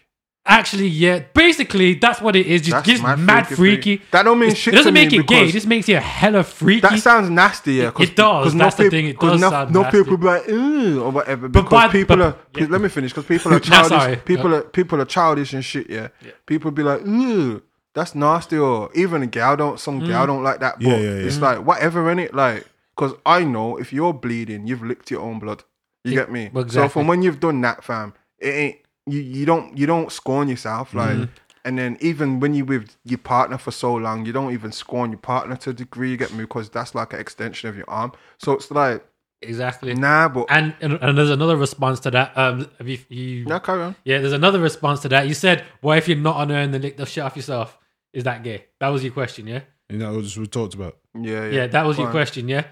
[SPEAKER 2] Actually, yeah. Basically, that's what it is. Just,
[SPEAKER 4] That's
[SPEAKER 2] just
[SPEAKER 4] mad
[SPEAKER 2] mad,
[SPEAKER 4] freaky
[SPEAKER 2] freaky,
[SPEAKER 4] freak. That don't mean
[SPEAKER 2] It's-
[SPEAKER 4] shit
[SPEAKER 2] It doesn't
[SPEAKER 4] to me
[SPEAKER 2] make it gay. It
[SPEAKER 4] because-
[SPEAKER 2] just makes you hella freaky.
[SPEAKER 4] That sounds nasty, yeah.
[SPEAKER 2] It- it does. That's the thing, it
[SPEAKER 4] because
[SPEAKER 2] does
[SPEAKER 4] no,
[SPEAKER 2] sound
[SPEAKER 4] no
[SPEAKER 2] nasty.
[SPEAKER 4] people be like, "Ooh," or whatever. Because
[SPEAKER 2] by-
[SPEAKER 4] people
[SPEAKER 2] but-
[SPEAKER 4] are.
[SPEAKER 2] yeah.
[SPEAKER 4] Let me finish. Because people are
[SPEAKER 2] No,
[SPEAKER 4] childish.
[SPEAKER 2] sorry.
[SPEAKER 4] People are people are childish and shit. Yeah. People be like, "Ooh, that's nasty," or even a gal don't. Some
[SPEAKER 2] Mm.
[SPEAKER 4] gal don't like that. But
[SPEAKER 3] Yeah, yeah, yeah.
[SPEAKER 4] it's like whatever in it. Like, because I know if you're bleeding, you've licked your own blood. You get me.
[SPEAKER 2] well,
[SPEAKER 4] So
[SPEAKER 2] exactly.
[SPEAKER 4] from when you've done that, fam, it ain't you. You don't you don't scorn yourself like.
[SPEAKER 2] Mm-hmm.
[SPEAKER 4] And then even when you with your partner for so long, you don't even scorn your partner to a degree. You get me because that's like an extension of your arm. So it's like
[SPEAKER 2] exactly.
[SPEAKER 4] nah, but
[SPEAKER 2] And, and and there's another response to that. Um, have you, you
[SPEAKER 4] nah, carry on.
[SPEAKER 2] yeah, there's another response to that. You said, "Well, if you're not on her and then lick the shit off yourself, is that gay?" That was your question, yeah.
[SPEAKER 3] You know, that's what we talked about.
[SPEAKER 4] Yeah, yeah.
[SPEAKER 2] Yeah, that was your
[SPEAKER 4] fine.
[SPEAKER 2] question, yeah.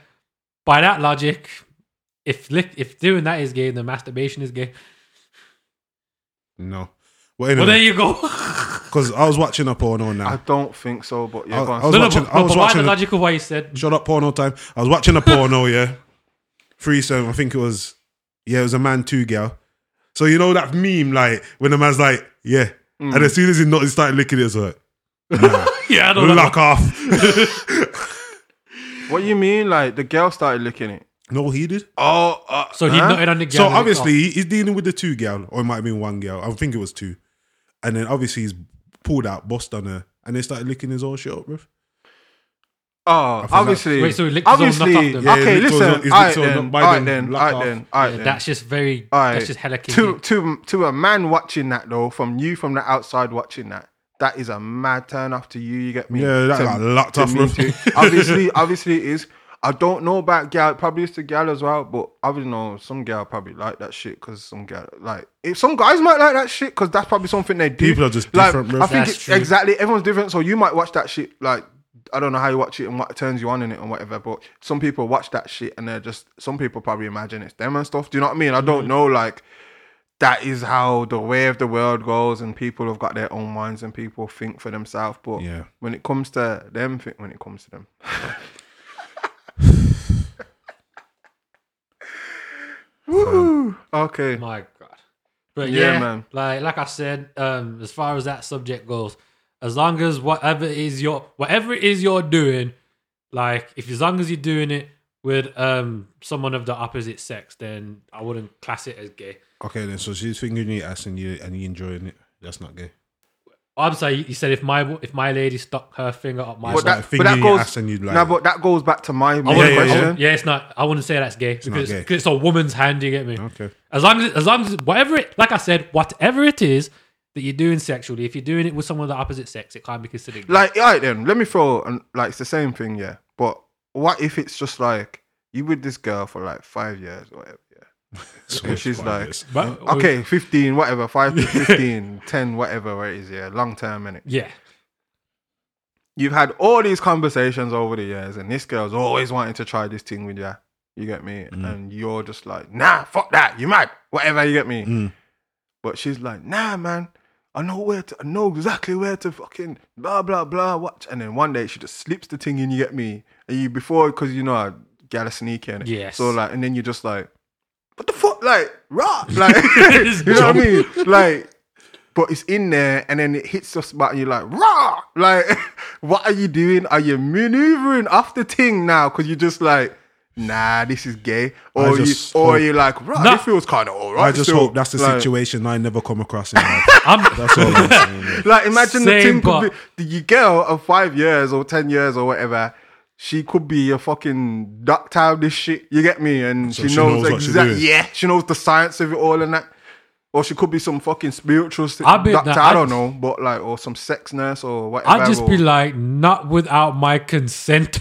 [SPEAKER 2] By that logic, if lick, if doing that is gay, then masturbation is gay.
[SPEAKER 3] No. Well,
[SPEAKER 2] Well, there
[SPEAKER 3] anyway,
[SPEAKER 2] you go.
[SPEAKER 3] because I was watching a porno now.
[SPEAKER 4] I don't think so, but yeah,
[SPEAKER 3] I-
[SPEAKER 4] go on.
[SPEAKER 3] I was
[SPEAKER 2] no, no,
[SPEAKER 3] watching-
[SPEAKER 2] but,
[SPEAKER 3] I was
[SPEAKER 2] but why
[SPEAKER 3] watching
[SPEAKER 2] the
[SPEAKER 3] it.
[SPEAKER 2] logical way you said?
[SPEAKER 3] Shut up, porno time. I was watching a porno, yeah. Threesome, I think it was, yeah, it was a man, two girl. So you know that meme, like, when the man's like, yeah.
[SPEAKER 4] Mm.
[SPEAKER 3] And as soon as he not, he started licking it, it's like,
[SPEAKER 2] Yeah, I don't know.
[SPEAKER 3] lock off.
[SPEAKER 4] what do you mean? Like the girl started licking it.
[SPEAKER 3] no, he did.
[SPEAKER 4] Oh, uh,
[SPEAKER 2] So he
[SPEAKER 4] huh?
[SPEAKER 2] nutted on the girl. and
[SPEAKER 3] So
[SPEAKER 2] licked
[SPEAKER 3] obviously he's dealing with the two girl, or it might have been one girl. I think it was two. And then obviously he's pulled out, bust on her, and they started licking his own shit up, bruv.
[SPEAKER 4] Oh,
[SPEAKER 3] that-
[SPEAKER 4] obviously.
[SPEAKER 2] Wait, so he licked his own
[SPEAKER 4] obviously.
[SPEAKER 2] nut off then?
[SPEAKER 3] Yeah, he
[SPEAKER 4] okay,
[SPEAKER 3] licked his own-
[SPEAKER 4] listen.
[SPEAKER 3] his
[SPEAKER 4] All
[SPEAKER 3] licked
[SPEAKER 4] right
[SPEAKER 3] his own
[SPEAKER 4] then.
[SPEAKER 3] nut.
[SPEAKER 4] All
[SPEAKER 3] By
[SPEAKER 4] right
[SPEAKER 3] then,
[SPEAKER 4] then.
[SPEAKER 3] lock
[SPEAKER 4] All right
[SPEAKER 3] off.
[SPEAKER 4] then. All
[SPEAKER 2] off.
[SPEAKER 4] right
[SPEAKER 2] Yeah,
[SPEAKER 4] then.
[SPEAKER 2] that's just very.
[SPEAKER 4] Alright.
[SPEAKER 2] That's just hella
[SPEAKER 4] to
[SPEAKER 2] kinky.
[SPEAKER 4] to to a man watching that though, from you from the outside watching that, that is a mad turn off to you. You get me?
[SPEAKER 3] Yeah, that
[SPEAKER 4] To-
[SPEAKER 3] got locked
[SPEAKER 4] to
[SPEAKER 3] off,
[SPEAKER 4] me
[SPEAKER 3] bro.
[SPEAKER 4] too. obviously, obviously it is. I don't know about gal. Probably it's the gal as well, but I don't know. Some gal probably like that shit because some gal like if some guys might like that shit because that's probably something they do.
[SPEAKER 3] People are just
[SPEAKER 4] like,
[SPEAKER 3] different, bro.
[SPEAKER 4] I think
[SPEAKER 2] That's
[SPEAKER 4] it-
[SPEAKER 2] true.
[SPEAKER 4] exactly everyone's different, so you might watch that shit like I don't know how you watch it and what turns you on in it and whatever, but some people watch that shit and they're just some people probably imagine it's them and stuff. Do you know what I mean? I
[SPEAKER 3] Mm.
[SPEAKER 4] don't know, like that is how the way of the world goes and people have got their own minds and people think for themselves. But
[SPEAKER 3] Yeah.
[SPEAKER 4] when it comes to them think when it comes to them. Woo! Okay.
[SPEAKER 2] My God. But
[SPEAKER 4] Yeah,
[SPEAKER 2] yeah,
[SPEAKER 4] man.
[SPEAKER 2] like like I said, um, as far as that subject goes, as long as whatever it is your whatever it is you're doing, like if as long as you're doing it with um someone of the opposite sex, then I wouldn't class it as gay.
[SPEAKER 3] Okay, then. So she's fingering your ass and you and you enjoying it. That's not gay.
[SPEAKER 2] Obviously, he said if my if my lady stuck her finger up my
[SPEAKER 3] But
[SPEAKER 2] butt,
[SPEAKER 3] that- like finger in your ass and you'd like- Oh,
[SPEAKER 4] Nah, but that goes back to my main
[SPEAKER 2] I wouldn't-
[SPEAKER 3] yeah,
[SPEAKER 2] I
[SPEAKER 4] question.
[SPEAKER 2] wouldn't- yeah, it's not. I wouldn't say that's gay Oh.
[SPEAKER 3] not
[SPEAKER 2] because,
[SPEAKER 3] gay.
[SPEAKER 2] because it's a woman's hand. You get me?
[SPEAKER 3] Okay.
[SPEAKER 2] As long as, as long as, whatever it, like I said, whatever it is that you're doing sexually, if you're doing it with someone of the opposite sex, it can't be considered. gay.
[SPEAKER 4] Like, all right, then let me throw and like it's the same thing, yeah. But what if it's just like you with this girl for like five years or whatever? Yeah.
[SPEAKER 3] So
[SPEAKER 4] And she's
[SPEAKER 3] fine,
[SPEAKER 4] like-
[SPEAKER 3] yes.
[SPEAKER 2] But-
[SPEAKER 4] Mm, Okay, 15, whatever, 5 to 15, 10, whatever it is, yeah, long term, innit?
[SPEAKER 2] yeah,
[SPEAKER 4] You've had all these conversations over the years, and this girl's always wanting to try this thing with you. You get me?
[SPEAKER 2] Mm.
[SPEAKER 4] And you're just like, nah, fuck that, you mad, whatever, you get me?
[SPEAKER 3] Mm.
[SPEAKER 4] But she's like, nah, man, I know where to, I know exactly where to fucking blah, blah, blah, watch. And then one day she just slips the thing in, you get me? And you, before, because you know, I got a sneaky in it.
[SPEAKER 2] Yes.
[SPEAKER 4] So, like, and then you're just like, what the fuck? Like, rah, like,
[SPEAKER 2] It's
[SPEAKER 4] you know what I mean? Like, but it's in there and then it hits your spot and you're like, rah! Like, what are you doing? Are you maneuvering off the thing now? Because you're just like, nah, this is gay. Or, you,
[SPEAKER 3] just
[SPEAKER 4] or
[SPEAKER 3] hope-
[SPEAKER 4] you're like, rah,
[SPEAKER 2] Nah.
[SPEAKER 4] it feels kind of all right.
[SPEAKER 3] I just
[SPEAKER 4] still."
[SPEAKER 3] hope that's the
[SPEAKER 4] Like-
[SPEAKER 3] situation I never come across in life.
[SPEAKER 2] I'm,
[SPEAKER 3] That's all I'm saying. yeah.
[SPEAKER 4] Like, imagine the
[SPEAKER 2] Same
[SPEAKER 4] thing could
[SPEAKER 2] part.
[SPEAKER 4] be, the girl of five years or 10 years or whatever. She could be a fucking doctor, this shit, you get me? And
[SPEAKER 3] So
[SPEAKER 4] she,
[SPEAKER 3] she
[SPEAKER 4] knows,
[SPEAKER 3] knows what she's
[SPEAKER 4] exactly,
[SPEAKER 3] doing.
[SPEAKER 4] yeah, she knows the science of it all and that. Or she could be some fucking spiritual st-
[SPEAKER 2] I bet
[SPEAKER 4] doctor,
[SPEAKER 2] that-
[SPEAKER 4] I don't
[SPEAKER 2] I-
[SPEAKER 4] know, but like, or some sex nurse or whatever.
[SPEAKER 2] I'd just
[SPEAKER 4] or-
[SPEAKER 2] be like, not without my consent.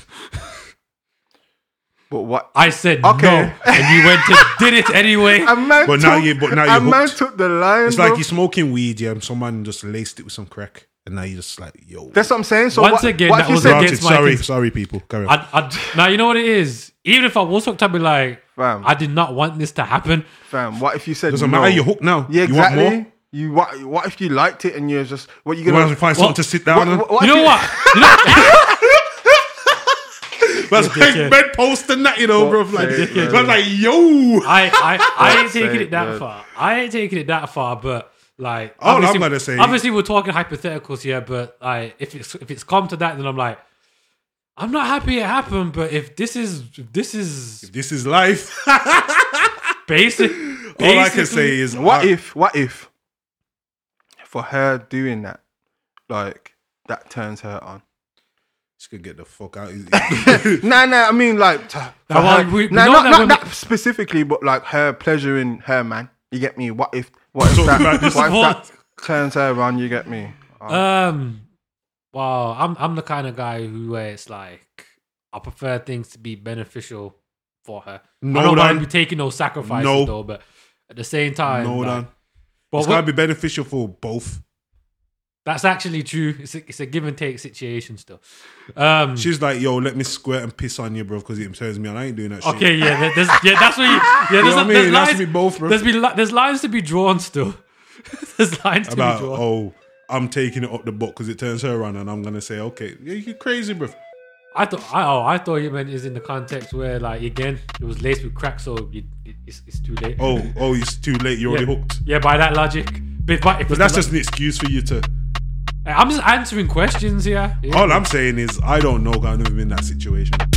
[SPEAKER 4] But what?
[SPEAKER 2] I said
[SPEAKER 4] Okay.
[SPEAKER 2] no, and you went and did it anyway.
[SPEAKER 4] A man
[SPEAKER 3] But
[SPEAKER 4] took,
[SPEAKER 3] now you- but now
[SPEAKER 4] a
[SPEAKER 3] you're
[SPEAKER 4] man
[SPEAKER 3] hooked.
[SPEAKER 4] took the line.
[SPEAKER 3] It's like
[SPEAKER 4] bro.
[SPEAKER 3] you're smoking weed, yeah, and someone just laced it with some crack, and now you're just like, yo.
[SPEAKER 4] That's what I'm saying. So
[SPEAKER 2] Once
[SPEAKER 4] what,
[SPEAKER 2] again,
[SPEAKER 4] what
[SPEAKER 2] that
[SPEAKER 4] if you
[SPEAKER 2] was
[SPEAKER 4] said,
[SPEAKER 2] against
[SPEAKER 3] Granted,
[SPEAKER 2] my
[SPEAKER 3] sorry,
[SPEAKER 2] cons-
[SPEAKER 3] sorry, people. Carry on.
[SPEAKER 2] I'd, I'd, now you know what it is. Even if I was hooked, I'd be like,
[SPEAKER 4] Fam.
[SPEAKER 2] I did not want this to happen.
[SPEAKER 4] fam, what if you said
[SPEAKER 3] Doesn't
[SPEAKER 4] no?
[SPEAKER 3] matter. You're hooked now.
[SPEAKER 4] Yeah,
[SPEAKER 3] You want
[SPEAKER 4] exactly.
[SPEAKER 3] more?
[SPEAKER 4] You, what? What if you liked it and you're just what you
[SPEAKER 3] You
[SPEAKER 4] gonna
[SPEAKER 3] want to find something
[SPEAKER 2] What-
[SPEAKER 3] to sit down
[SPEAKER 4] what-
[SPEAKER 3] on?
[SPEAKER 4] what
[SPEAKER 2] You
[SPEAKER 4] if
[SPEAKER 2] know what? You know,
[SPEAKER 3] That's
[SPEAKER 2] dickhead.
[SPEAKER 3] like bedpost and that, you know, bro. Like,
[SPEAKER 4] sake, man.
[SPEAKER 3] that's like, yo.
[SPEAKER 2] I, I, I ain't taking
[SPEAKER 4] sake,
[SPEAKER 2] it that
[SPEAKER 4] man.
[SPEAKER 2] far. I ain't taking it that far, but like,
[SPEAKER 3] All Oh, I'm
[SPEAKER 2] obviously-
[SPEAKER 3] gonna say-
[SPEAKER 2] obviously, we're talking hypotheticals here, but like, if it's if it's come to that, then I'm like, I'm not happy it happened. But if this is if this is
[SPEAKER 3] This is life.
[SPEAKER 2] basic,
[SPEAKER 3] All I can
[SPEAKER 2] basically-
[SPEAKER 3] say is,
[SPEAKER 4] What
[SPEAKER 3] I-
[SPEAKER 4] if? What if? For her doing that, like that turns her on.
[SPEAKER 3] She could get the fuck out.
[SPEAKER 4] Nah, nah. I mean, like, t- for
[SPEAKER 2] Now,
[SPEAKER 4] her,
[SPEAKER 2] well, we- we
[SPEAKER 4] nah,
[SPEAKER 2] know
[SPEAKER 4] not,
[SPEAKER 2] that
[SPEAKER 4] not
[SPEAKER 2] women-
[SPEAKER 4] that specifically, but like her pleasure in her man. You get me? What if? What if that?
[SPEAKER 3] about
[SPEAKER 4] what if
[SPEAKER 3] this
[SPEAKER 4] that
[SPEAKER 2] sport.
[SPEAKER 4] turns her on? You get me?
[SPEAKER 2] Um, well, I'm I'm the kind of guy who where it's like I prefer things to be beneficial for her.
[SPEAKER 3] No,
[SPEAKER 2] I don't want
[SPEAKER 3] Dan.
[SPEAKER 2] to be taking no sacrifices
[SPEAKER 3] No.
[SPEAKER 2] though, but at the same time,
[SPEAKER 3] no,
[SPEAKER 2] like,
[SPEAKER 3] Dan.
[SPEAKER 2] but
[SPEAKER 3] It's
[SPEAKER 2] what-
[SPEAKER 3] got to be beneficial for both.
[SPEAKER 2] that's actually true. It's a, it's a give and take situation still. Um,
[SPEAKER 3] She's like, yo, let me squirt and piss on you, bro, because it turns me on. I ain't doing that shit.
[SPEAKER 2] okay, yeah, there- there's, yeah, that's what you, yeah, there's,
[SPEAKER 3] what I mean?
[SPEAKER 2] there's
[SPEAKER 3] It has to
[SPEAKER 2] lines,
[SPEAKER 3] be both, bro.
[SPEAKER 2] There's, be, li- there's lines to be drawn still. there's lines to
[SPEAKER 3] About,
[SPEAKER 2] be drawn.
[SPEAKER 3] oh, I'm taking it up the butt because it turns her on, and I'm going to say, okay, yeah, you're crazy, bro.
[SPEAKER 2] I thought, I, oh, I thought you meant is in the context where, like, again, it was laced with crack, so it, it, it's, it's too late.
[SPEAKER 3] Oh, oh, it's too late. You're
[SPEAKER 2] yeah.
[SPEAKER 3] already hooked.
[SPEAKER 2] Yeah, by that logic. But, but, if
[SPEAKER 3] But
[SPEAKER 2] it's
[SPEAKER 3] that's
[SPEAKER 2] the-
[SPEAKER 3] just an excuse for you to.
[SPEAKER 2] I'm just answering questions here. Yeah.
[SPEAKER 3] All I'm saying is, I don't know. 'cause I've never been in that situation.